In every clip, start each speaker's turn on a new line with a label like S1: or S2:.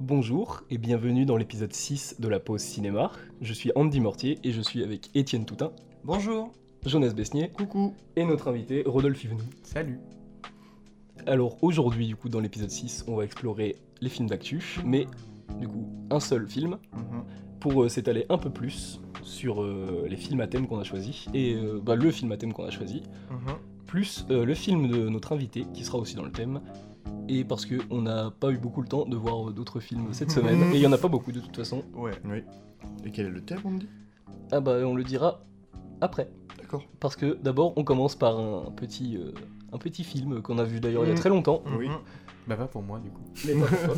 S1: Bonjour et bienvenue dans l'épisode 6 de la pause cinéma. Je suis Andy Mortier et je suis avec Étienne Toutin,
S2: Bonjour.
S1: Jonas Besnier
S2: Coucou.
S1: et notre invité Rodolphe Yvenou.
S2: Salut.
S1: Alors aujourd'hui, du coup, dans l'épisode 6, on va explorer les films d'actu, mais du coup, un seul film pour euh, s'étaler un peu plus sur euh, les films à thème qu'on a choisi et euh, bah, le film à thème qu'on a choisi,
S3: Mm-hmm.
S1: plus euh, le film de notre invité qui sera aussi dans le thème. Et parce qu'on n'a pas eu beaucoup le temps de voir euh, d'autres films cette semaine, et il n'y en a pas beaucoup de toute façon,
S2: Ouais.
S4: Oui. Et quel est le thème, on me dit
S1: ah bah on le dira après.
S4: D'accord.
S1: Parce que d'abord, on commence par un petit, euh, un petit film qu'on a vu d'ailleurs il y
S4: Mm.
S1: a très longtemps.
S3: Mm-hmm.
S4: Oui.
S2: Bah pas pour moi du coup.
S1: mais pas pour toi.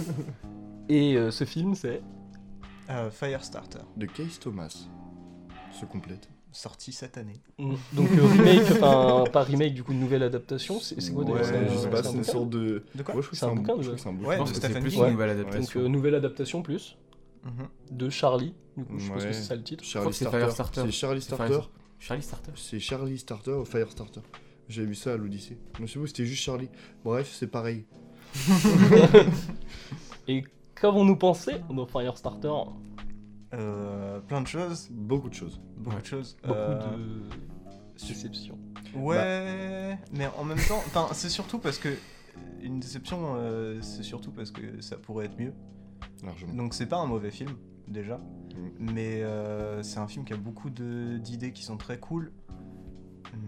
S1: Et euh, ce film, c'est.
S3: Euh, Firestarter,
S4: De Case Thomas. Se complète.
S3: sorti cette année.
S1: Donc euh, remake, enfin pas remake, du coup, une nouvelle adaptation. C'est c'est quoi d'ailleurs
S4: Ouais,
S1: c'est un-
S4: Je sais pas,
S1: c'est un
S4: c'est une
S1: bouquin
S4: sorte de.
S3: De quoi
S4: Ouais, je trouve que
S1: C'est
S4: c'est
S1: un
S4: un
S1: bouquin,
S4: bou- je
S1: déjà.
S4: trouve que c'est un bouquin.
S3: Ouais,
S2: Je pense
S3: de
S2: que c'est
S3: Stephen
S2: plus
S3: King.
S2: une nouvelle
S1: Donc
S2: adaptation.
S1: euh, nouvelle adaptation plus
S3: Mhm.
S1: de Charlie. Du coup, je pense que
S4: Ouais.
S1: c'est ça le titre.
S4: Charlie
S2: que c'est
S4: Starter.
S2: Firestarter.
S4: C'est Charlie
S2: C'est
S4: Starter.
S2: Charlie Starter.
S4: C'est Charlie Starter ou Firestarter. J'avais vu ça à l'Odyssée. Je me souviens, c'était juste Charlie. Bref, c'est pareil.
S1: Et qu'avons-nous pensé dans Firestarter
S3: Euh, plein de choses,
S4: Beaucoup de choses.
S3: beaucoup
S2: Ouais.
S3: de choses.
S1: Beaucoup
S3: Euh,
S1: de déceptions.
S4: Bah.
S3: Ouais, mais en même temps, enfin, c'est surtout parce que euh, une déception, euh, c'est surtout parce que ça pourrait être mieux.
S4: Largement.
S3: Donc c'est pas un mauvais film déjà,
S4: Mhm.
S3: mais euh, c'est un film qui a beaucoup de- d'idées qui sont très cool,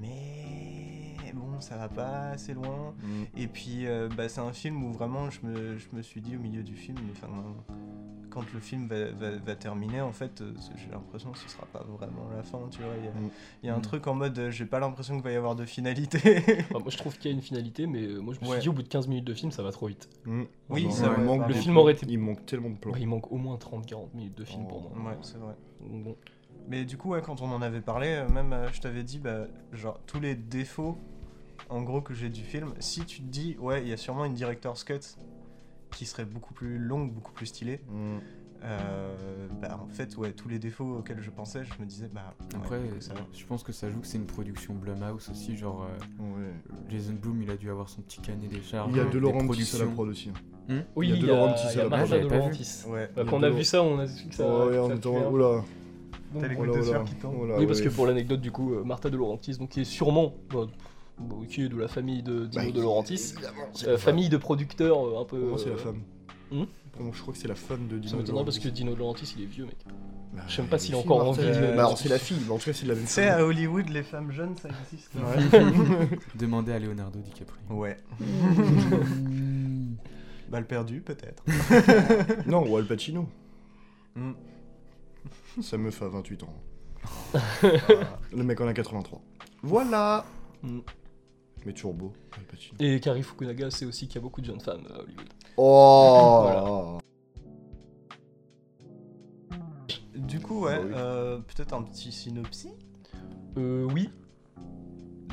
S3: mais bon, ça va pas assez loin.
S4: Mm.
S3: Et puis, euh, bah, c'est un film où vraiment je me, je me suis dit au milieu du film, enfin, quand le film va, va- va terminer, en fait, euh, c'est- j'ai l'impression que ce sera pas vraiment la fin, tu vois. Il y a,
S4: Mm.
S3: il y a un
S2: Mm.
S3: truc en mode, euh, j'ai pas l'impression qu'il va y avoir de finalité.
S1: Enfin, moi, je trouve qu'il y a une finalité, mais euh, moi, je me suis
S3: Ouais.
S1: dit, au bout de 15 minutes de film, ça va trop vite.
S4: Mm.
S3: Oui,
S4: Vraiment,
S3: ça
S4: il
S3: va.
S4: manque
S3: Le
S4: des
S1: film
S4: plans.
S1: aurait été-
S4: Il manque tellement de plans.
S1: Ouais, il manque au moins 30-40 minutes de film pour
S4: Oh.
S1: moi.
S3: ouais, c'est vrai.
S1: Donc bon.
S3: Mais du coup, ouais, quand on en avait parlé, euh, même euh, je t'avais dit, bah, genre, tous les défauts, en gros, que j'ai du film, si tu te dis, ouais, il y a sûrement une director's cut qui serait beaucoup plus longue, beaucoup plus stylée.
S4: Mm.
S3: Euh, bah, en fait, ouais, tous les défauts auxquels je pensais, je me disais, bah, ouais,
S2: Après, euh,
S3: du coup, ça va.
S2: je pense que ça joue que c'est une production Blumhouse aussi, genre euh,
S4: Ouais.
S2: Jason Bloom il a dû avoir son petit canet des charges.
S4: Il y a
S2: des
S4: de Laurent Petit à la
S2: productions.
S4: prod aussi. hein.
S1: Oui,
S4: Il y a
S1: il y
S4: De Laurentiis
S1: a, il y
S4: à
S1: a
S4: la
S2: base,
S1: Marja
S2: j'avais
S1: De
S2: pas vu.
S1: Laurentiis.
S3: Ouais.
S1: Bah,
S4: Il y a
S1: Quand on
S4: De
S1: a
S4: Laurent-
S1: vu ça, on a su que ça.
S4: Ouais,
S1: que
S4: en
S1: ça
S4: étant.
S1: fait un-
S4: Oh, Oula.
S1: Donc,
S3: T'as les
S4: Oula,
S3: gouttes de
S4: oula.
S3: sueur qui tombent.
S4: Oula,
S1: oui, parce
S4: Oh ouais.
S1: que pour l'anecdote, du coup, euh, Martha de Laurentiis, donc qui est sûrement bah, pff, bah, qui est de la famille de Dino
S4: Bah,
S1: de Laurentiis,
S4: évidemment, c'est
S1: euh,
S4: la femme.
S1: famille de producteurs euh, un peu.
S4: Pour moi, c'est la
S1: euh,
S4: femme.
S1: Hmm
S4: Pour moi, je crois que c'est la femme de Dino.
S1: Ça m'étonnerait parce que
S4: Laurentiis.
S1: Dino de Laurentiis, il est vieux, mec.
S4: Bah,
S1: je sais même pas
S4: il
S1: s'il
S4: est
S1: est encore en
S4: Marcel.
S1: vie,
S4: Euh,
S1: euh,
S4: Bah, alors, c'est la fille, mais en tout cas, c'est de la même
S3: Tu sais, à Hollywood, les femmes jeunes, ça existe. hein.
S2: Demandez à Leonardo DiCaprio.
S3: Ouais. Balle perdue, peut-être.
S4: non, ou Al Pacino. Hmm.
S3: Mm.
S4: Sa meuf a 28 ans.
S3: Ah,
S4: Le mec en a 83. Voilà
S1: Mm.
S4: Mais toujours beau, Al Pacino.
S1: Et Kari Fukunaga, c'est aussi qu'il y a beaucoup de jeunes femmes euh, à Hollywood.
S4: Oh
S3: du coup, ouais,
S4: Bah oui.
S3: euh, peut-être un petit synopsis
S1: Euh, oui.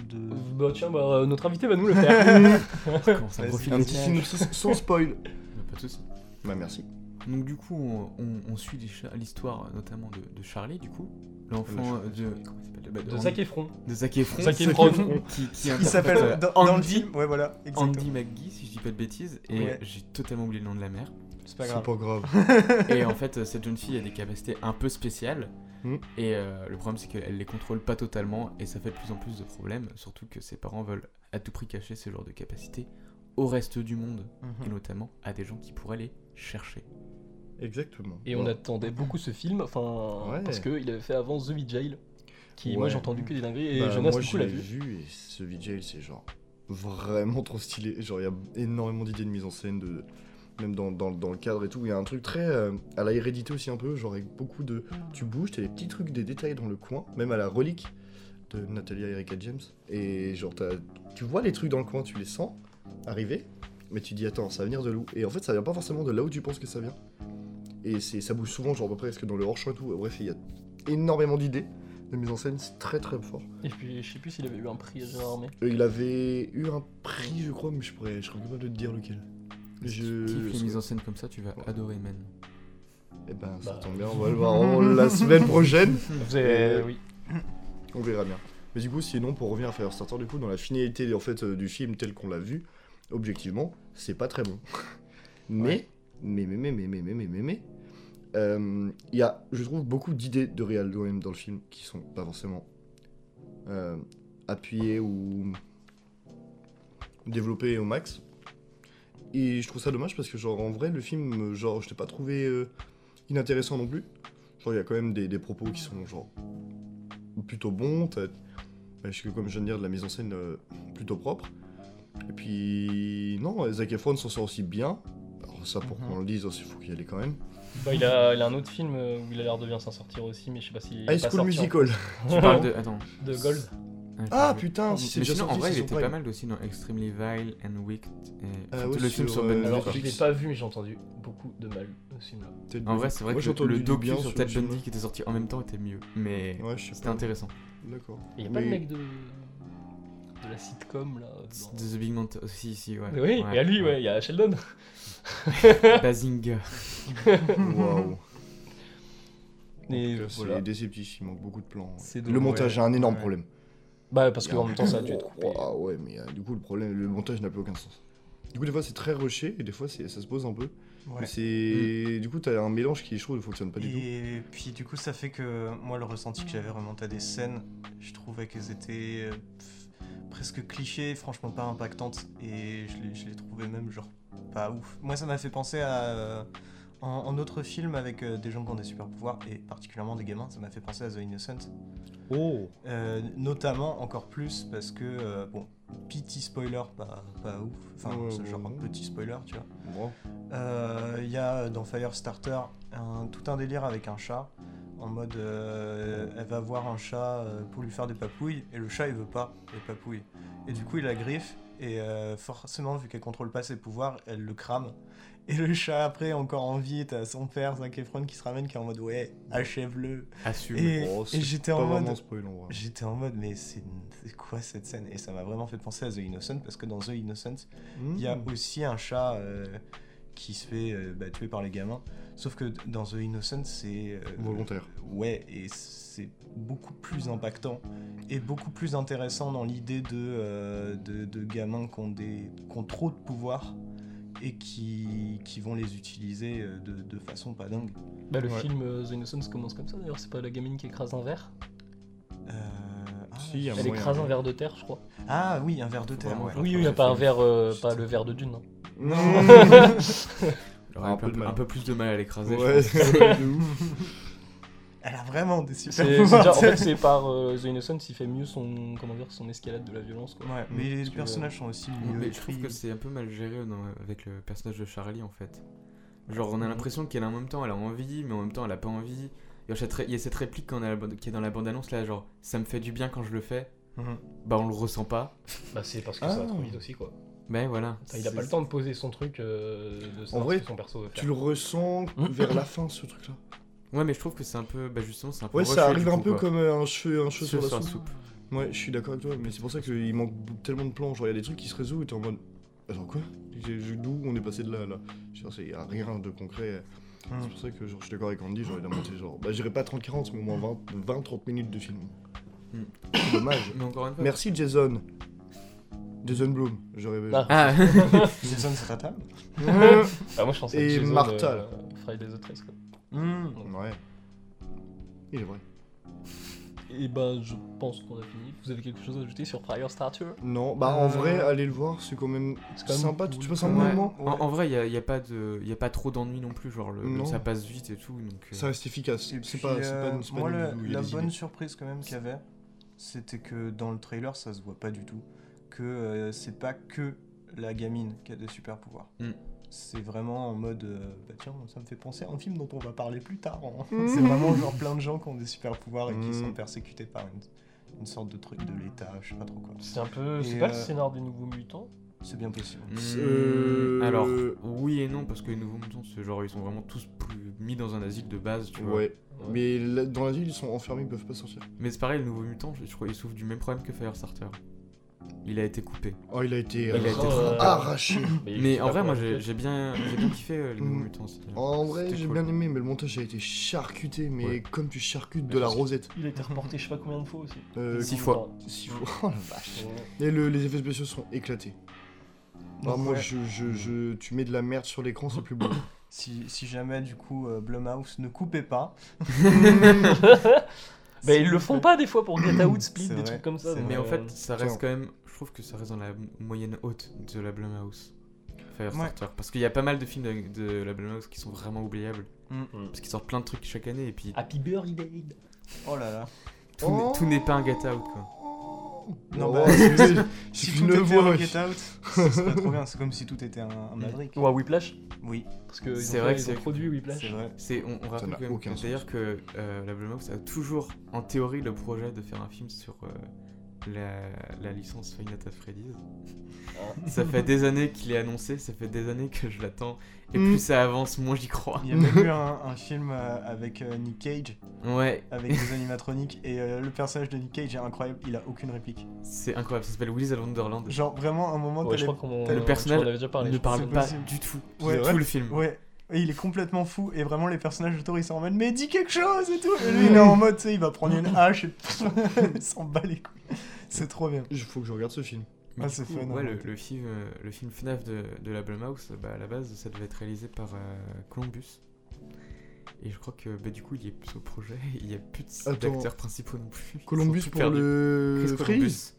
S3: de.
S1: Euh, Bah tiens, bah, euh, notre invité va nous le faire.
S2: Comment ça
S3: Vas-y.
S2: profite
S4: Un
S2: des
S4: petit
S2: images.
S4: synopsis sans spoil.
S2: Bah, Pas de soucis.
S4: Bah, merci.
S2: Donc du coup, on, on- on suit les cha- l'histoire euh, notamment de, de Charlie, du coup,
S4: Le
S2: l'enfant
S4: Charlie,
S2: euh, de comment il s'appelle Bah,
S1: de Zac Efron.
S2: de Zac Efron,
S1: Zac Efron.
S2: qui, qui
S3: Il
S2: interprète, euh,
S3: s'appelle. Dans, dans le
S2: Andy-
S3: film Ouais, voilà, exactement.
S2: Andy McGee, si je dis pas de bêtises, et
S3: Ouais.
S2: j'ai totalement oublié le nom de la mère.
S3: C'est pas
S4: C'est
S3: grave.
S4: pas grave.
S2: et en fait, euh, cette jeune fille a des capacités un peu spéciales,
S4: Mm.
S2: et euh, le problème c'est qu'elle les contrôle pas totalement, et ça fait de plus en plus de problèmes, surtout que ses parents veulent à tout prix cacher ce genre de capacités au reste du monde, et
S4: Mm.
S3: Mhm.
S2: notamment à des gens qui pourraient les chercher.
S4: Exactement.
S1: Et on
S4: Voilà.
S1: attendait beaucoup ce film, enfin,
S4: Ouais.
S1: parce qu'il avait fait avant The Witch Jail, qui moi
S4: Ouais.
S1: j'ai entendu que des dingueries, et
S4: Bah,
S1: Jonas,
S4: moi,
S1: du
S4: je
S1: coup, l'a
S4: l'ai
S1: vu.
S4: vu et ce VJ, c'est genre vraiment trop stylé. Genre, il y a énormément d'idées de mise en scène, de même dans, dans- dans le cadre et tout. Il y a un truc très euh, à la hérédité aussi, un peu, genre avec beaucoup de. Tu bouges, t'as des petits trucs, des détails dans le coin, même à la relique de Natalia Erika James. Et genre, t'as- tu vois les trucs dans le coin, tu les sens arriver, mais tu dis, attends, ça va venir de l'eau. Et en fait, ça vient pas forcément de là où tu penses que ça vient. Et c'est- ça bouge souvent, genre, à peu près, parce que dans le hors-champ et tout, bref, il y a énormément d'idées de mise en scène, c'est très très fort.
S1: Et puis je sais plus s'il avait eu un prix Gérard Armé.
S4: Euh, Il avait eu un prix, je crois, mais je pourrais, je serais capable de te dire lequel. Je.
S2: Qui fait une mise en scène comme ça, tu vas
S4: Ouais. Ah
S2: adorer, man.
S4: Eh ben, ça
S1: Bah.
S4: tombe bien, on va le voir en- la semaine prochaine. Euh,
S1: Vous
S4: avez-
S1: oui.
S4: On verra bien. Mais du coup, sinon, pour revenir à Firestarter, du coup, dans la finalité en fait euh, du film tel qu'on l'a vu, objectivement, c'est pas très bon. Mais mais, mais, mais, mais, mais, mais, mais, mais, mais, euh, il y a, je trouve, beaucoup d'idées de réal même dans le film qui sont pas forcément euh, appuyées ou développées au max. Et je trouve ça dommage parce que, genre, en vrai, le film, genre, je t'ai pas trouvé euh, inintéressant non plus. Genre, il y a quand même des, des propos qui sont, genre, plutôt bons. t'as- Parce que, comme je viens de dire, de la mise en scène euh, plutôt propre. Et puis, non, Zac Efron s'en sort aussi bien. Alors, ça, pour
S3: Mhm.
S4: qu'on le dise aussi, faut qu'il y allait quand même.
S5: Bah, il, a, il a un autre film euh, où il a l'air de bien s'en sortir aussi, mais je sais pas s'il est.
S4: High
S5: pas
S4: School
S5: sorti en-
S4: Musical.
S2: Tu parles de. Attends.
S5: De Gold.
S4: Ah putain,
S2: Mais
S4: si c'est déjà
S2: sinon, en
S4: sorti,
S2: vrai,
S4: c'est
S2: il
S4: sur
S2: était
S4: Prime.
S2: pas mal aussi dans Extremely Vile and Wicked. et-
S4: Ah
S2: enfin,
S4: ouais,
S2: tout le film
S4: sur,
S2: sur
S4: euh,
S2: Ben
S4: alors,
S2: Benedict.
S5: Alors, je l'ai
S4: Netflix.
S5: pas vu, mais j'ai entendu beaucoup de mal de ce film-là.
S2: En
S4: Ted Bundy.
S2: vrai, c'est vrai
S4: Moi,
S2: que
S4: j'ai
S2: le,
S4: entendu
S2: le
S4: du
S2: docu
S4: bien
S2: sur
S4: le
S2: Ted
S4: film.
S2: Bundy qui était sorti en même temps était mieux, mais
S4: Ouais, je sais
S2: c'était
S4: pas.
S2: intéressant.
S4: D'accord.
S5: Il y a pas
S4: Mais-
S5: le mec de. de la sitcom là. dans-
S2: De The Big Mount aussi, si, ouais.
S1: Oui, et à lui, ouais, il y a Sheldon.
S2: Bazinga.
S4: Waouh.
S1: Et
S4: Voilà.
S1: voilà.
S4: euh, C'est déceptif, il manque beaucoup de plans.
S1: C'est
S4: Le
S1: dommage.
S4: montage a un énorme
S3: Ouais.
S4: problème.
S1: Bah, parce
S4: Il y a
S1: qu'en
S4: un-
S1: même temps, ça a dû être coupé.
S4: Ah ouais, mais euh, du coup, le problème, le montage n'a plus aucun sens. Du coup, des fois, c'est très rushé et des fois, c'est- ça se pose un peu.
S3: Ouais. Mm.
S4: Mais c'est. Du coup, t'as un mélange qui, je trouve, ne fonctionne pas du tout.
S3: Et puis du coup, ça fait que moi, le ressenti que j'avais remonté à des scènes, je trouvais qu'elles étaient euh, pff, presque clichés, franchement pas impactantes, et je les, je les trouvais même genre pas ouf. Moi, ça m'a fait penser à euh, un, un autre film avec euh, des gens qui ont des super pouvoirs, et particulièrement des gamins, ça m'a fait penser à The Innocent.
S1: Oh
S3: Euh, notamment encore plus parce que, euh, bon, petit spoiler, pas, pas ouf, enfin,
S4: Ouais,
S3: c'est
S4: ouais,
S3: genre un
S4: ouais.
S3: petit spoiler, tu vois.
S4: Bon.
S3: Euh, Il y a dans Firestarter un, tout un délire avec un chat. En mode, euh, elle va voir un chat euh, pour lui faire des papouilles et le chat il veut pas les papouilles. Et du coup, il la griffe et euh, forcément, vu qu'elle contrôle pas ses pouvoirs, elle le crame. Et le chat, après, encore en vie, t'as son père, Zac Efron, qui se ramène, qui est en mode, ouais, achève-le.
S2: Assume.
S3: Et,
S4: Oh,
S3: et
S4: c'est
S3: j'étais
S4: Pas
S3: en
S4: vraiment
S3: mode.
S4: spoil en vrai.
S3: J'étais en mode, mais c'est c'est quoi cette scène Et ça m'a vraiment fait penser à The Innocent parce que dans The Innocent, il y a aussi un chat euh, qui se fait euh, bah, tuer par les gamins. Sauf que d- dans The Innocent, c'est. euh,
S4: Volontaire.
S3: Ouais, et c'est beaucoup plus impactant et beaucoup plus intéressant dans l'idée de, euh, de, de gamins qui ont, des, qui ont trop de pouvoir et qui, qui vont les utiliser euh, de, de façon pas dingue.
S1: Bah, le
S4: Ouais.
S1: film euh, The Innocence commence comme ça d'ailleurs, c'est pas la gamine qui écrase un verre
S3: Euh, ah,
S4: Si, il y a
S1: Elle
S4: moyen,
S1: écrase un
S4: ouais.
S1: verre de terre, je crois.
S3: ah oui, un verre de terre.
S2: Vraiment,
S3: ouais.
S2: genre,
S1: Oui,
S2: Attends,
S1: oui,
S2: j'ai
S1: pas, un
S2: fait-
S1: verre, euh,
S3: Putain.
S1: pas le verre de Dune. hein.
S2: Il aurait
S4: Ah, Un
S2: un,
S4: peu
S2: peu
S4: de mal.
S2: un peu plus de mal à l'écraser. je
S4: Ouais,
S2: pense.
S4: de ouf.
S3: Elle a vraiment des
S1: C'est
S3: super
S1: c'est
S3: pouvoirs.
S1: déjà- en fait, c'est par euh, The Innocence, il fait mieux son, comment dire, son escalade de la violence. Quoi.
S3: Ouais, mais les
S1: Parce que,
S3: personnages sont aussi mieux
S2: Mais je
S3: écrits.
S2: trouve que c'est un peu mal géré dans- avec le personnage de Charlie en fait. Genre,
S4: Mm-hmm.
S2: on a l'impression qu'elle a en même temps, elle a envie, mais en même temps, elle a pas envie. Il y a cette, ré- il y a cette réplique qu'on a la bande- qui est dans la bande-annonce là, genre, ça me fait du bien quand je le fais.
S4: Mm-hmm.
S3: Mhm.
S2: Bah, on le ressent pas.
S1: Bah, c'est parce que
S4: Ah.
S1: ça va trop vite aussi, quoi.
S2: Mais voilà.
S1: Enfin, il a
S2: C'est-
S1: pas le temps de poser son truc, euh, de savoir
S4: vrai,
S1: ce que son perso veut faire.
S4: Tu le ressens vers la fin, ce truc-là.
S2: Ouais, mais je trouve que c'est un peu. Bah, justement, c'est un peu.
S4: Ouais, ça
S2: rushé, du
S4: arrive un
S2: coup,
S4: peu
S2: quoi.
S4: comme euh, un cheveu, un cheveu
S2: Cheveux
S4: sur la
S2: sur la
S4: soupe. Ouais, je suis d'accord avec toi, mais c'est pour ça qu'il manque b- tellement de plans. Genre, il y a des trucs qui se résolvent et t'es en mode. Attends, quoi J'ai- j'ai- D'où on est passé de là à là Genre, il y a rien de concret.
S3: Mm.
S4: C'est pour ça que genre, je suis d'accord avec Andy, genre, il a monté genre. Bah, j'irai pas 30-40, mais au moins 20-30 minutes de film.
S2: Mm.
S4: C'est dommage.
S2: Mais encore une fois.
S4: Merci Jason. Jason Bloom, j'aurais
S1: Ah.
S2: Ah
S3: Jason Statham
S1: Ah, moi, je pense à
S4: Et
S1: Jason, euh,
S4: Martha, là.
S1: Friday the 13, quoi.
S2: Mmh.
S3: Mm.
S4: Ouais. Il est vrai.
S1: Et bah, je pense qu'on a fini. Vous avez quelque chose à ajouter sur Firestarter
S4: Non, bah en
S3: Euh.
S4: vrai, allez le voir, c'est quand même
S1: C'est quand même
S4: sympa. Tu
S1: cool.
S4: tu passes un bon
S2: Ouais.
S4: moment.
S2: En, en vrai, il n'y a, y a pas de, y a pas trop d'ennui non plus, genre le- le-
S4: Non.
S2: ça passe vite et tout. Donc, euh,
S4: Ça reste efficace.
S3: Et
S4: C'est
S3: puis,
S4: pas, c'est pas
S3: euh,
S4: une c'est pas
S3: moi,
S4: une
S3: le-
S4: vidéo où il y a
S3: la
S4: des
S3: bonne
S4: idées.
S3: surprise quand même qu'il y avait, c'était que dans le trailer, ça se voit pas du tout. Que euh, c'est pas que la gamine qui a des super pouvoirs.
S1: Hmm.
S2: Mm.
S3: C'est vraiment en mode, euh, bah tiens, ça me fait penser à un film dont on va parler plus tard. hein. c'est vraiment genre plein de gens qui ont des super pouvoirs et qui
S4: Mm.
S3: sont persécutés par une, une sorte de truc de l'État, je sais pas trop quoi.
S1: C'est un peu. C'est
S3: Et,
S1: pas le
S3: euh,
S1: scénar des Nouveaux Mutants
S3: C'est bien possible.
S2: hmm,
S4: Euh,
S2: Alors, oui et non, parce que les nouveaux moutons, c'est genre, ils sont vraiment tous plus- mis dans un asile de base, tu vois.
S4: Ouais. Mais là- dans la ville, ils sont enfermés, ils peuvent pas sortir.
S2: Mais c'est pareil, le nouveau mutant, je, je crois, il souffre du même problème que Firestarter. Il a été coupé.
S4: Oh, il a été,
S2: Il a été
S1: trop-
S4: arraché.
S2: Mais en vrai, moi, j'ai j'ai bien, j'ai bien kiffé euh, les nouveaux
S4: Mm.
S2: mutants. c'était-
S4: En vrai,
S2: c'était
S4: j'ai
S2: cool.
S4: bien aimé, mais le montage a été charcuté, mais
S2: Ouais.
S4: comme tu charcutes
S1: Mais
S4: de la
S1: parce que-
S4: rosette.
S1: Il a été reporté je sais pas combien de fois aussi.
S4: Euh,
S2: Six fois.
S4: six fois. Oh la vache. Et le- les effets spéciaux sont éclatés. Ah,
S3: Donc,
S4: moi,
S1: Hmm.
S3: ouais.
S4: je, je- je- tu mets de la merde sur l'écran, c'est plus beau.
S3: Si, si jamais, du coup, euh, Blumhouse ne coupait pas.
S1: Bah, ils le font pas des fois pour Get Out, Split,
S3: C'est
S1: des
S3: vrai,
S1: trucs comme ça.
S3: c'est
S1: donc,
S2: Mais en
S1: euh,
S2: fait, ça
S4: tiens.
S2: reste quand même. Je trouve que ça reste dans la m- moyenne haute de la Blumhouse. Firestarter. Parce qu'il y a pas mal de films de, de la Blumhouse qui sont vraiment oubliables.
S3: Mm.
S2: Parce qu'ils sortent plein de trucs chaque année et puis
S1: Happy Birthday.
S3: Oh là là.
S2: tout n'est- tout n'est pas un Get Out quoi.
S3: Non,
S4: Oh,
S3: bah,
S4: c'est-
S3: si-
S4: c'est
S3: si
S4: une
S3: tout était
S4: voix,
S3: un
S4: ouais.
S3: Get Out, ce serait trop bien. C'est comme si tout était un, un Maverick.
S1: Ou un Whiplash.
S3: Oui,
S1: Parce que
S2: C'est
S1: c'est
S2: vrai
S1: vrai
S2: que
S1: qu'ils ont
S2: c'est-
S1: produit
S3: c'est
S1: Whiplash.
S3: vrai.
S2: C'est, on, on rappelle
S4: n'a
S2: quand même
S4: aucun
S2: que-
S4: sens.
S2: d'ailleurs que euh, la Blumhouse a toujours, en théorie, le projet de faire un film sur euh, la, la licence Final Fantasy Freddy's. Ça fait des années qu'il est annoncé, ça fait des années que je l'attends, et
S4: Mm.
S2: plus ça avance, moins j'y crois.
S3: Il y a même eu un, un film euh, avec euh, Nick Cage,
S2: Ouais,
S3: avec des animatroniques, et euh, le personnage de Nick Cage est incroyable, il a aucune réplique.
S2: c'est incroyable, ça s'appelle Willy's at Wonderland.
S3: Genre vraiment un moment
S1: Ouais, je
S3: t'as
S1: crois qu'on
S3: t'as
S2: le
S1: on-
S2: personnage
S1: on en avait déjà
S2: Il
S1: parlé.
S2: ne
S1: je crois.
S2: parle
S3: c'est
S2: pas
S3: possible.
S2: du tout,
S3: Ouais.
S2: de tout le film.
S3: les- Ouais. Et il est complètement fou et vraiment les personnages autour ils sont en mode mais dis quelque chose et tout. Et lui il est en mode tu sais il va prendre une hache et il s'en bat les couilles. C'est trop bien.
S4: Il faut que je regarde ce film.
S2: Mais
S3: Ah,
S2: du
S3: c'est
S2: coup,
S3: fun,
S2: ouais,
S3: hein.
S2: le, le film, euh, le film FNAF de, de la Blumhouse, bah, à la base, ça devait être réalisé par euh, Columbus. Et je crois que bah, du coup, il y est plus au projet, il n'y a plus de-
S4: Attends.
S2: d'acteurs principaux non plus. Ils
S4: Columbus
S2: sont tous
S4: pour
S2: perdus.
S4: le
S2: Chris Columbus.
S4: freeze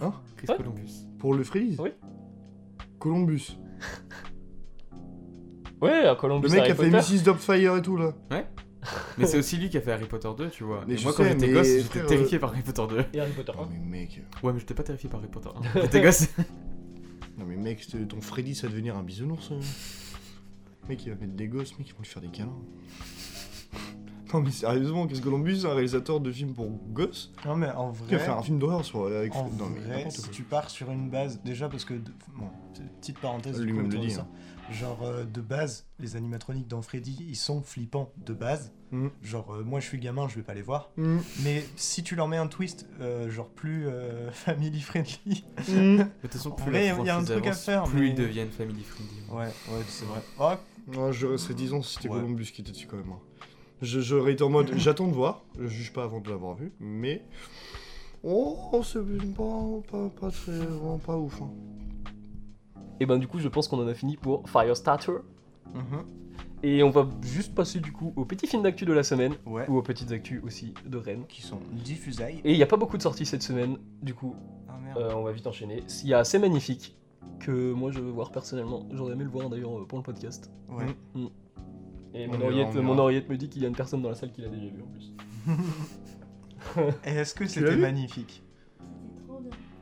S4: Hein
S2: Chris
S1: Ouais.
S2: Columbus.
S4: Pour le freeze
S1: Oui.
S4: Columbus.
S1: Ouais, à Columbus.
S4: Le mec
S1: Harry
S4: a fait
S1: Potter.
S4: Mrs. Dopfire et tout là.
S2: Mais c'est aussi lui qui a fait Harry Potter 2, tu vois.
S4: Mais
S2: Et
S4: je
S2: moi, quand
S4: sais,
S2: j'étais
S4: mais
S2: gosse, j'étais
S4: frère,
S3: euh,
S2: terrifié par Harry Potter 2.
S1: Et Harry Potter.
S4: Non Oh, mais mec,
S2: Ouais, mais j'étais pas terrifié par Harry Potter 1. Quand j'étais gosse.
S4: non mais mec, c'est- ton Freddy ça va devenir un bisounours. euh. mec il va mettre des gosses, mec ils vont lui faire des câlins. Non mais sérieusement, qu'est-ce que Columbus, un réalisateur de films pour gosses,
S3: Non mais en
S4: qui
S3: vrai.
S4: va faire un film d'horreur sur euh, avec
S3: En
S4: non, mais
S3: vrai,
S4: n'importe
S3: si
S4: quoi.
S3: tu pars sur une base, déjà parce que, de- bon, c'est une petite parenthèse, du
S4: Lui-même
S3: coup,
S4: le
S3: autour de
S4: dit, hein.
S3: ça. genre euh, de base, les animatroniques dans Freddy, ils sont flippants de base.
S4: Mhm.
S3: Genre, euh, moi je suis gamin, je vais pas les voir.
S4: Mm,
S3: Mais si tu leur mets un twist, euh, genre plus euh, family friendly.
S4: mm.
S2: Mais de toute façon,
S3: En
S2: plus
S3: vrai,
S2: la
S3: il y a un
S2: franchise
S3: truc à
S2: avance,
S3: faire,
S2: Plus
S3: mais-
S2: ils deviennent family friendly.
S3: Ouais, ouais, c'est vrai. Oh,
S4: Ouais, je serais disant si c'était
S3: Ouais.
S4: Columbus qui était dessus quand même. hein. Je, j'aurais été en mode j'attends de voir, je juge pas avant de l'avoir vu, mais. Oh, c'est pas, pas, pas très. vraiment pas ouf. hein.
S1: Et ben du coup, je pense qu'on en a fini pour Firestarter.
S3: mhm,
S1: Et on va juste passer du coup au petit film d'actu de la semaine,
S3: ouais,
S1: ou aux petites actus aussi de Rennes.
S3: qui sont diffusailles.
S1: Et il n'y a pas beaucoup de sorties cette semaine, du coup,
S3: Ah merde.
S1: euh, on va vite enchaîner. Il y a assez magnifique, que moi je veux voir personnellement, j'aurais aimé le voir d'ailleurs euh, pour le podcast.
S3: Ouais.
S1: Et
S4: On
S1: mon hein.
S4: verra,
S1: oreillette,
S4: on verra.
S1: mon oreillette me dit qu'il y a une personne dans la salle qui l'a déjà vu en plus.
S3: Et est-ce que
S4: l'as
S3: c'était
S4: vu
S3: magnifique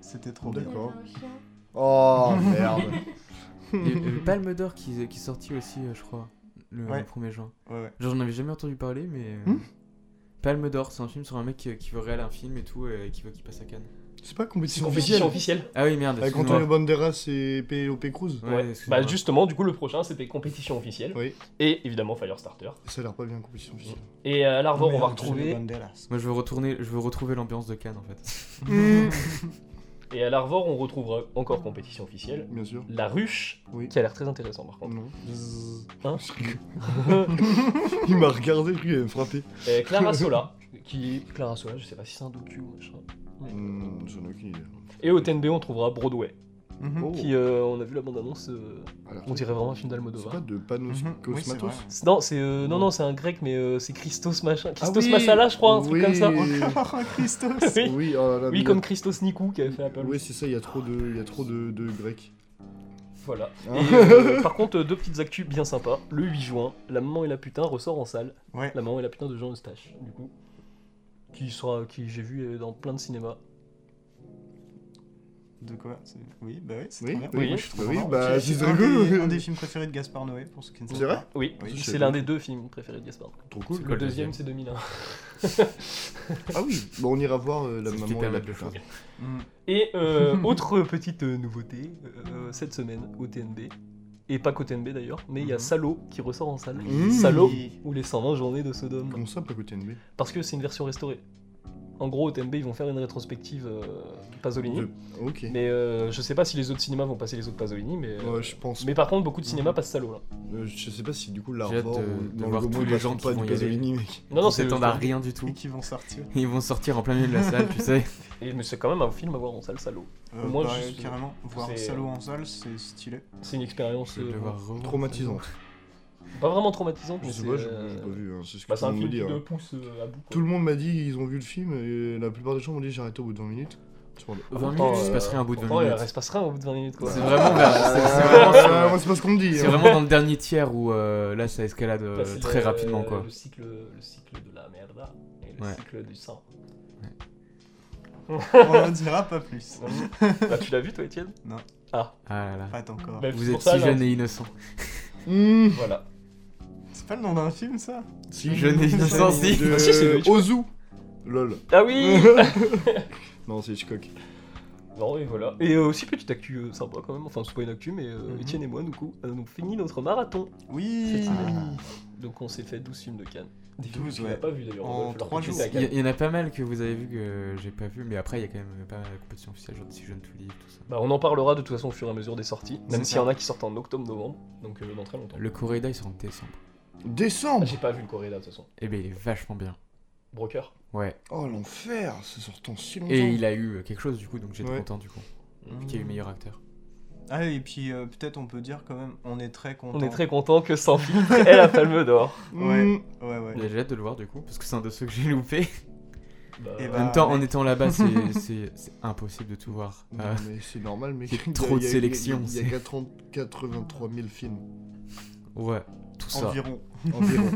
S6: C'était
S3: C'était trop
S6: trop bien.
S4: De-
S3: bien.
S4: D'accord.
S6: Il y avait un chien.
S4: Oh merde!
S2: Il y a eu Palme d'Or qui, qui est sorti aussi, euh, je crois, le
S3: Ouais.
S2: 1er juin.
S3: Ouais, ouais.
S2: Genre, j'en avais jamais entendu parler, mais. euh,
S4: Hmm
S2: Palme d'Or, c'est un film sur un mec qui, qui veut réaliser un film et tout, et qui veut qu'il passe à Cannes.
S4: C'est pas compétition
S1: Compétition
S4: officielle!
S1: officielle
S2: Ah oui, merde,
S4: Avec
S2: excuse-moi.
S4: Antonio Banderas et Penelope Cruz?
S2: Ouais, excuse-moi.
S1: Bah justement, du coup, le prochain c'était compétition officielle,
S4: Oui,
S1: et évidemment Firestarter.
S4: ça a l'air pas bien compétition officielle.
S1: Et à l'Arvor, on va
S3: Merde,
S1: retrouver
S3: Antonio Banderas.
S2: Moi, je veux, retourner, je veux retrouver l'ambiance de Cannes en fait.
S1: Mm. Et à l'Arvor, on retrouvera encore compétition officielle.
S4: Bien sûr.
S1: La ruche,
S4: Oui.
S1: qui a l'air très intéressant par contre.
S4: Non.
S1: Hein
S4: Il m'a regardé, lui, il m'a frappé.
S1: Et Clara Sola, qui Clara Sola, je sais pas si c'est un docu ou machin.
S4: Hmm, J'en ai aucune idée.
S1: Et au TNB, on trouvera Broadway,
S3: Mhm.
S4: Oh.
S1: qui euh, on a vu la bande-annonce, euh,
S4: Alors,
S1: on dirait vraiment un film
S4: C'est
S1: d'Almodovar.
S4: pas de Panos
S3: Mhm, oui, c'est
S4: Cosmatos?
S3: vrai.
S1: C'est- Non, c'est euh, non non, c'est un grec mais euh, c'est Christos machin,
S4: Ah
S1: Christos
S4: oui
S1: Massala, je crois, un truc
S4: Oui.
S1: comme ça.
S3: Oh, Christos
S1: oui,
S4: Oui, oh là là, mais
S1: oui, comme Christos Nikou qui avait fait Apple.
S4: Oui, c'est ça, il y a trop de, il y a trop de, de grecs.
S1: Voilà.
S4: Hein
S1: Et, euh, par contre, euh, deux petites actus bien sympas. Le 8 juin, La Maman et la Putain ressort en salle.
S3: Ouais.
S1: La Maman et la Putain de Jean Eustache, du coup. Qui sera, qui j'ai vu euh, dans plein de cinémas.
S3: De quoi C'est- Oui, bah oui, c'est
S4: Oui,
S3: très bien.
S4: oui,
S1: Oui,
S3: je suis trop
S4: bah oui,
S3: content.
S4: bah,
S3: C'est-
S4: c'est
S3: un,
S4: rigolo.
S3: des- un des films préférés de Gaspard Noé, pour ceux qui ne savent
S4: C'est vrai
S3: pas.
S1: Oui,
S3: Oui,
S1: c'est
S4: c'est
S1: l'un
S4: cool.
S1: des deux films préférés de Gaspard.
S4: Trop cool.
S2: C'est
S1: Le
S2: quoi le
S1: deuxième,
S2: deuxième
S1: c'est 2001.
S4: Ah oui, bah on ira voir euh,
S2: C'est
S4: la
S2: ce qui
S4: maman et
S2: permet
S4: la
S2: de le
S4: putain.
S2: choisir.
S3: Mm.
S1: Et euh, autre petite euh, nouveauté, euh, cette semaine au TNB, et pas qu'au TNB d'ailleurs, mais il y a
S3: Mhm.
S1: Salo qui ressort en salle.
S4: Mmh.
S1: Salo
S3: Mm. Et-
S1: ou les 120 journées de Sodome.
S4: Comment ça, pas côté NB
S1: Parce que c'est une version restaurée. En gros, au TNB, ils vont faire une rétrospective euh, Pasolini.
S4: De- Ok.
S1: Mais euh, je sais pas si les autres cinémas vont passer les autres Pasolini, mais. euh,
S4: Ouais, je pense.
S1: Mais par contre, beaucoup de cinémas passent Salo là.
S4: Euh, je sais pas si du coup
S2: hâte
S4: l'Arvor
S2: de-
S4: ou
S2: de
S4: dans
S2: voir
S4: le
S2: tous
S4: Gaumont,
S2: les
S4: ils
S2: gens
S4: gens
S2: qui
S4: pas
S2: vont
S4: du
S2: y aller.
S4: Pasolini, mec.
S1: Non, non,
S2: Ils
S1: c'est le.
S2: s'attendent à rien du
S3: Et
S2: tout.
S3: qui vont sortir.
S2: Ils vont sortir en plein milieu de la salle, tu sais.
S1: Et- mais c'est quand même un film à voir en salle Salo.
S3: Euh,
S1: Moi,
S3: bah,
S1: je-
S3: carrément, voir
S1: c'est- euh,
S3: Salo en salle, c'est stylé.
S1: C'est une expérience.
S2: Je vais
S1: euh,
S2: devoir revoir.
S4: Traumatisant.
S1: Pas vraiment traumatisante,
S4: Je
S1: mais
S4: sais
S1: c'est.
S4: pas, j'ai
S1: euh,
S4: j'ai pas vu, hein, c'est ce que
S5: Bah,
S4: tout
S5: c'est
S4: le
S5: un
S4: monde me
S5: film qui
S4: dit.
S5: te
S4: hein.
S5: pousse euh, à bout. quoi.
S4: Tout le monde m'a dit ils ont vu le film et la plupart des gens m'ont dit j'ai arrêté au bout de 20 minutes. Je m'en-
S2: 20
S1: pourtant,
S2: minutes, il se
S1: euh,
S2: passerait un bout de 20
S1: pourtant,
S2: minutes.
S1: Il se passera au bout de 20 minutes, quoi.
S2: C'est vraiment vers- c'est- c'est vraiment sur-
S4: Ah, moi, c'est pas ce qu'on me dit.
S2: C'est
S4: hein.
S2: vraiment dans le dernier tiers où euh, là ça escalade euh,
S5: Passer
S2: très
S5: le-
S2: rapidement quoi.
S5: Le cycle, le cycle de la merde et le
S2: Ouais.
S5: cycle du sang.
S3: On n'en dira pas plus.
S1: Bah, tu l'as vu, toi, Étienne
S2: Ah là là.
S3: Pas encore.
S5: Bah,
S2: Vous
S5: c'est
S2: êtes
S5: pour ça,
S2: si
S5: là,
S2: jeune et innocent.
S4: Mmh.
S5: Voilà.
S3: C'est pas le nom d'un film ça
S4: Si,
S2: Jeune et innocent, si.
S4: De-
S1: Ah, si, c'est le-
S4: Ozu. Lol.
S1: Ah oui
S4: non, c'est Hitchcock.
S1: Bon, et voilà. Et euh, aussi, petite actu euh, sympa quand même. Enfin, c'est pas une actu, mais euh,
S3: Mhm.
S1: Étienne et moi, du coup, on avons fini notre marathon.
S3: Oui
S1: Cette semaine. Donc, on s'est fait 12 films de Cannes. Des films
S3: 12,
S1: que tu n'as
S3: ouais.
S1: pas vu d'ailleurs.
S3: En
S1: Rodolphe, alors
S3: trois
S1: que tu
S3: jours.
S1: étais à
S2: Il y,
S1: Cannes.
S2: il y en a pas mal que vous avez vu que j'ai pas vu, mais après il y a quand même pas mal la compétition officielle, genre si jeune tout livre, tout ça.
S1: Bah, on en parlera de toute façon au fur et à mesure des sorties.
S3: C'est
S1: Même s'il y
S3: ça.
S1: en a qui sortent en octobre-novembre. Donc, euh, dans très longtemps.
S2: Le Coréda il sort en décembre.
S1: Ah,
S4: Décembre
S1: J'ai pas vu le Coréda de toute façon.
S2: Eh ben il est vachement bien.
S1: Broker.
S2: Ouais.
S4: Oh l'enfer, c'est sortant si longtemps.
S2: Et il a eu euh, quelque chose du coup, donc j'étais
S4: Ouais.
S2: content du coup. Vu qu'il y a eu meilleur acteur.
S3: Mm. Ah et puis euh, peut-être on peut dire quand même, on est très content.
S1: On est très content que sans filtre ait la palme d'or.
S4: Mmh.
S3: Ouais. Ouais ouais.
S2: J'ai hâte de le voir du coup, parce que c'est un de ceux que j'ai loupé.
S1: Bah,
S3: Eh
S2: en
S3: ben,
S2: même temps,
S3: mec.
S2: en étant là-bas, c'est- c'est c'est impossible de tout voir.
S4: Non,
S2: Euh,
S4: mais c'est normal, mais
S2: il y a trop de sélections,
S4: Il y a,
S2: c'est-
S4: 80 83 000 films
S2: Euh, ouais, tout ça.
S3: Environ.
S4: environ.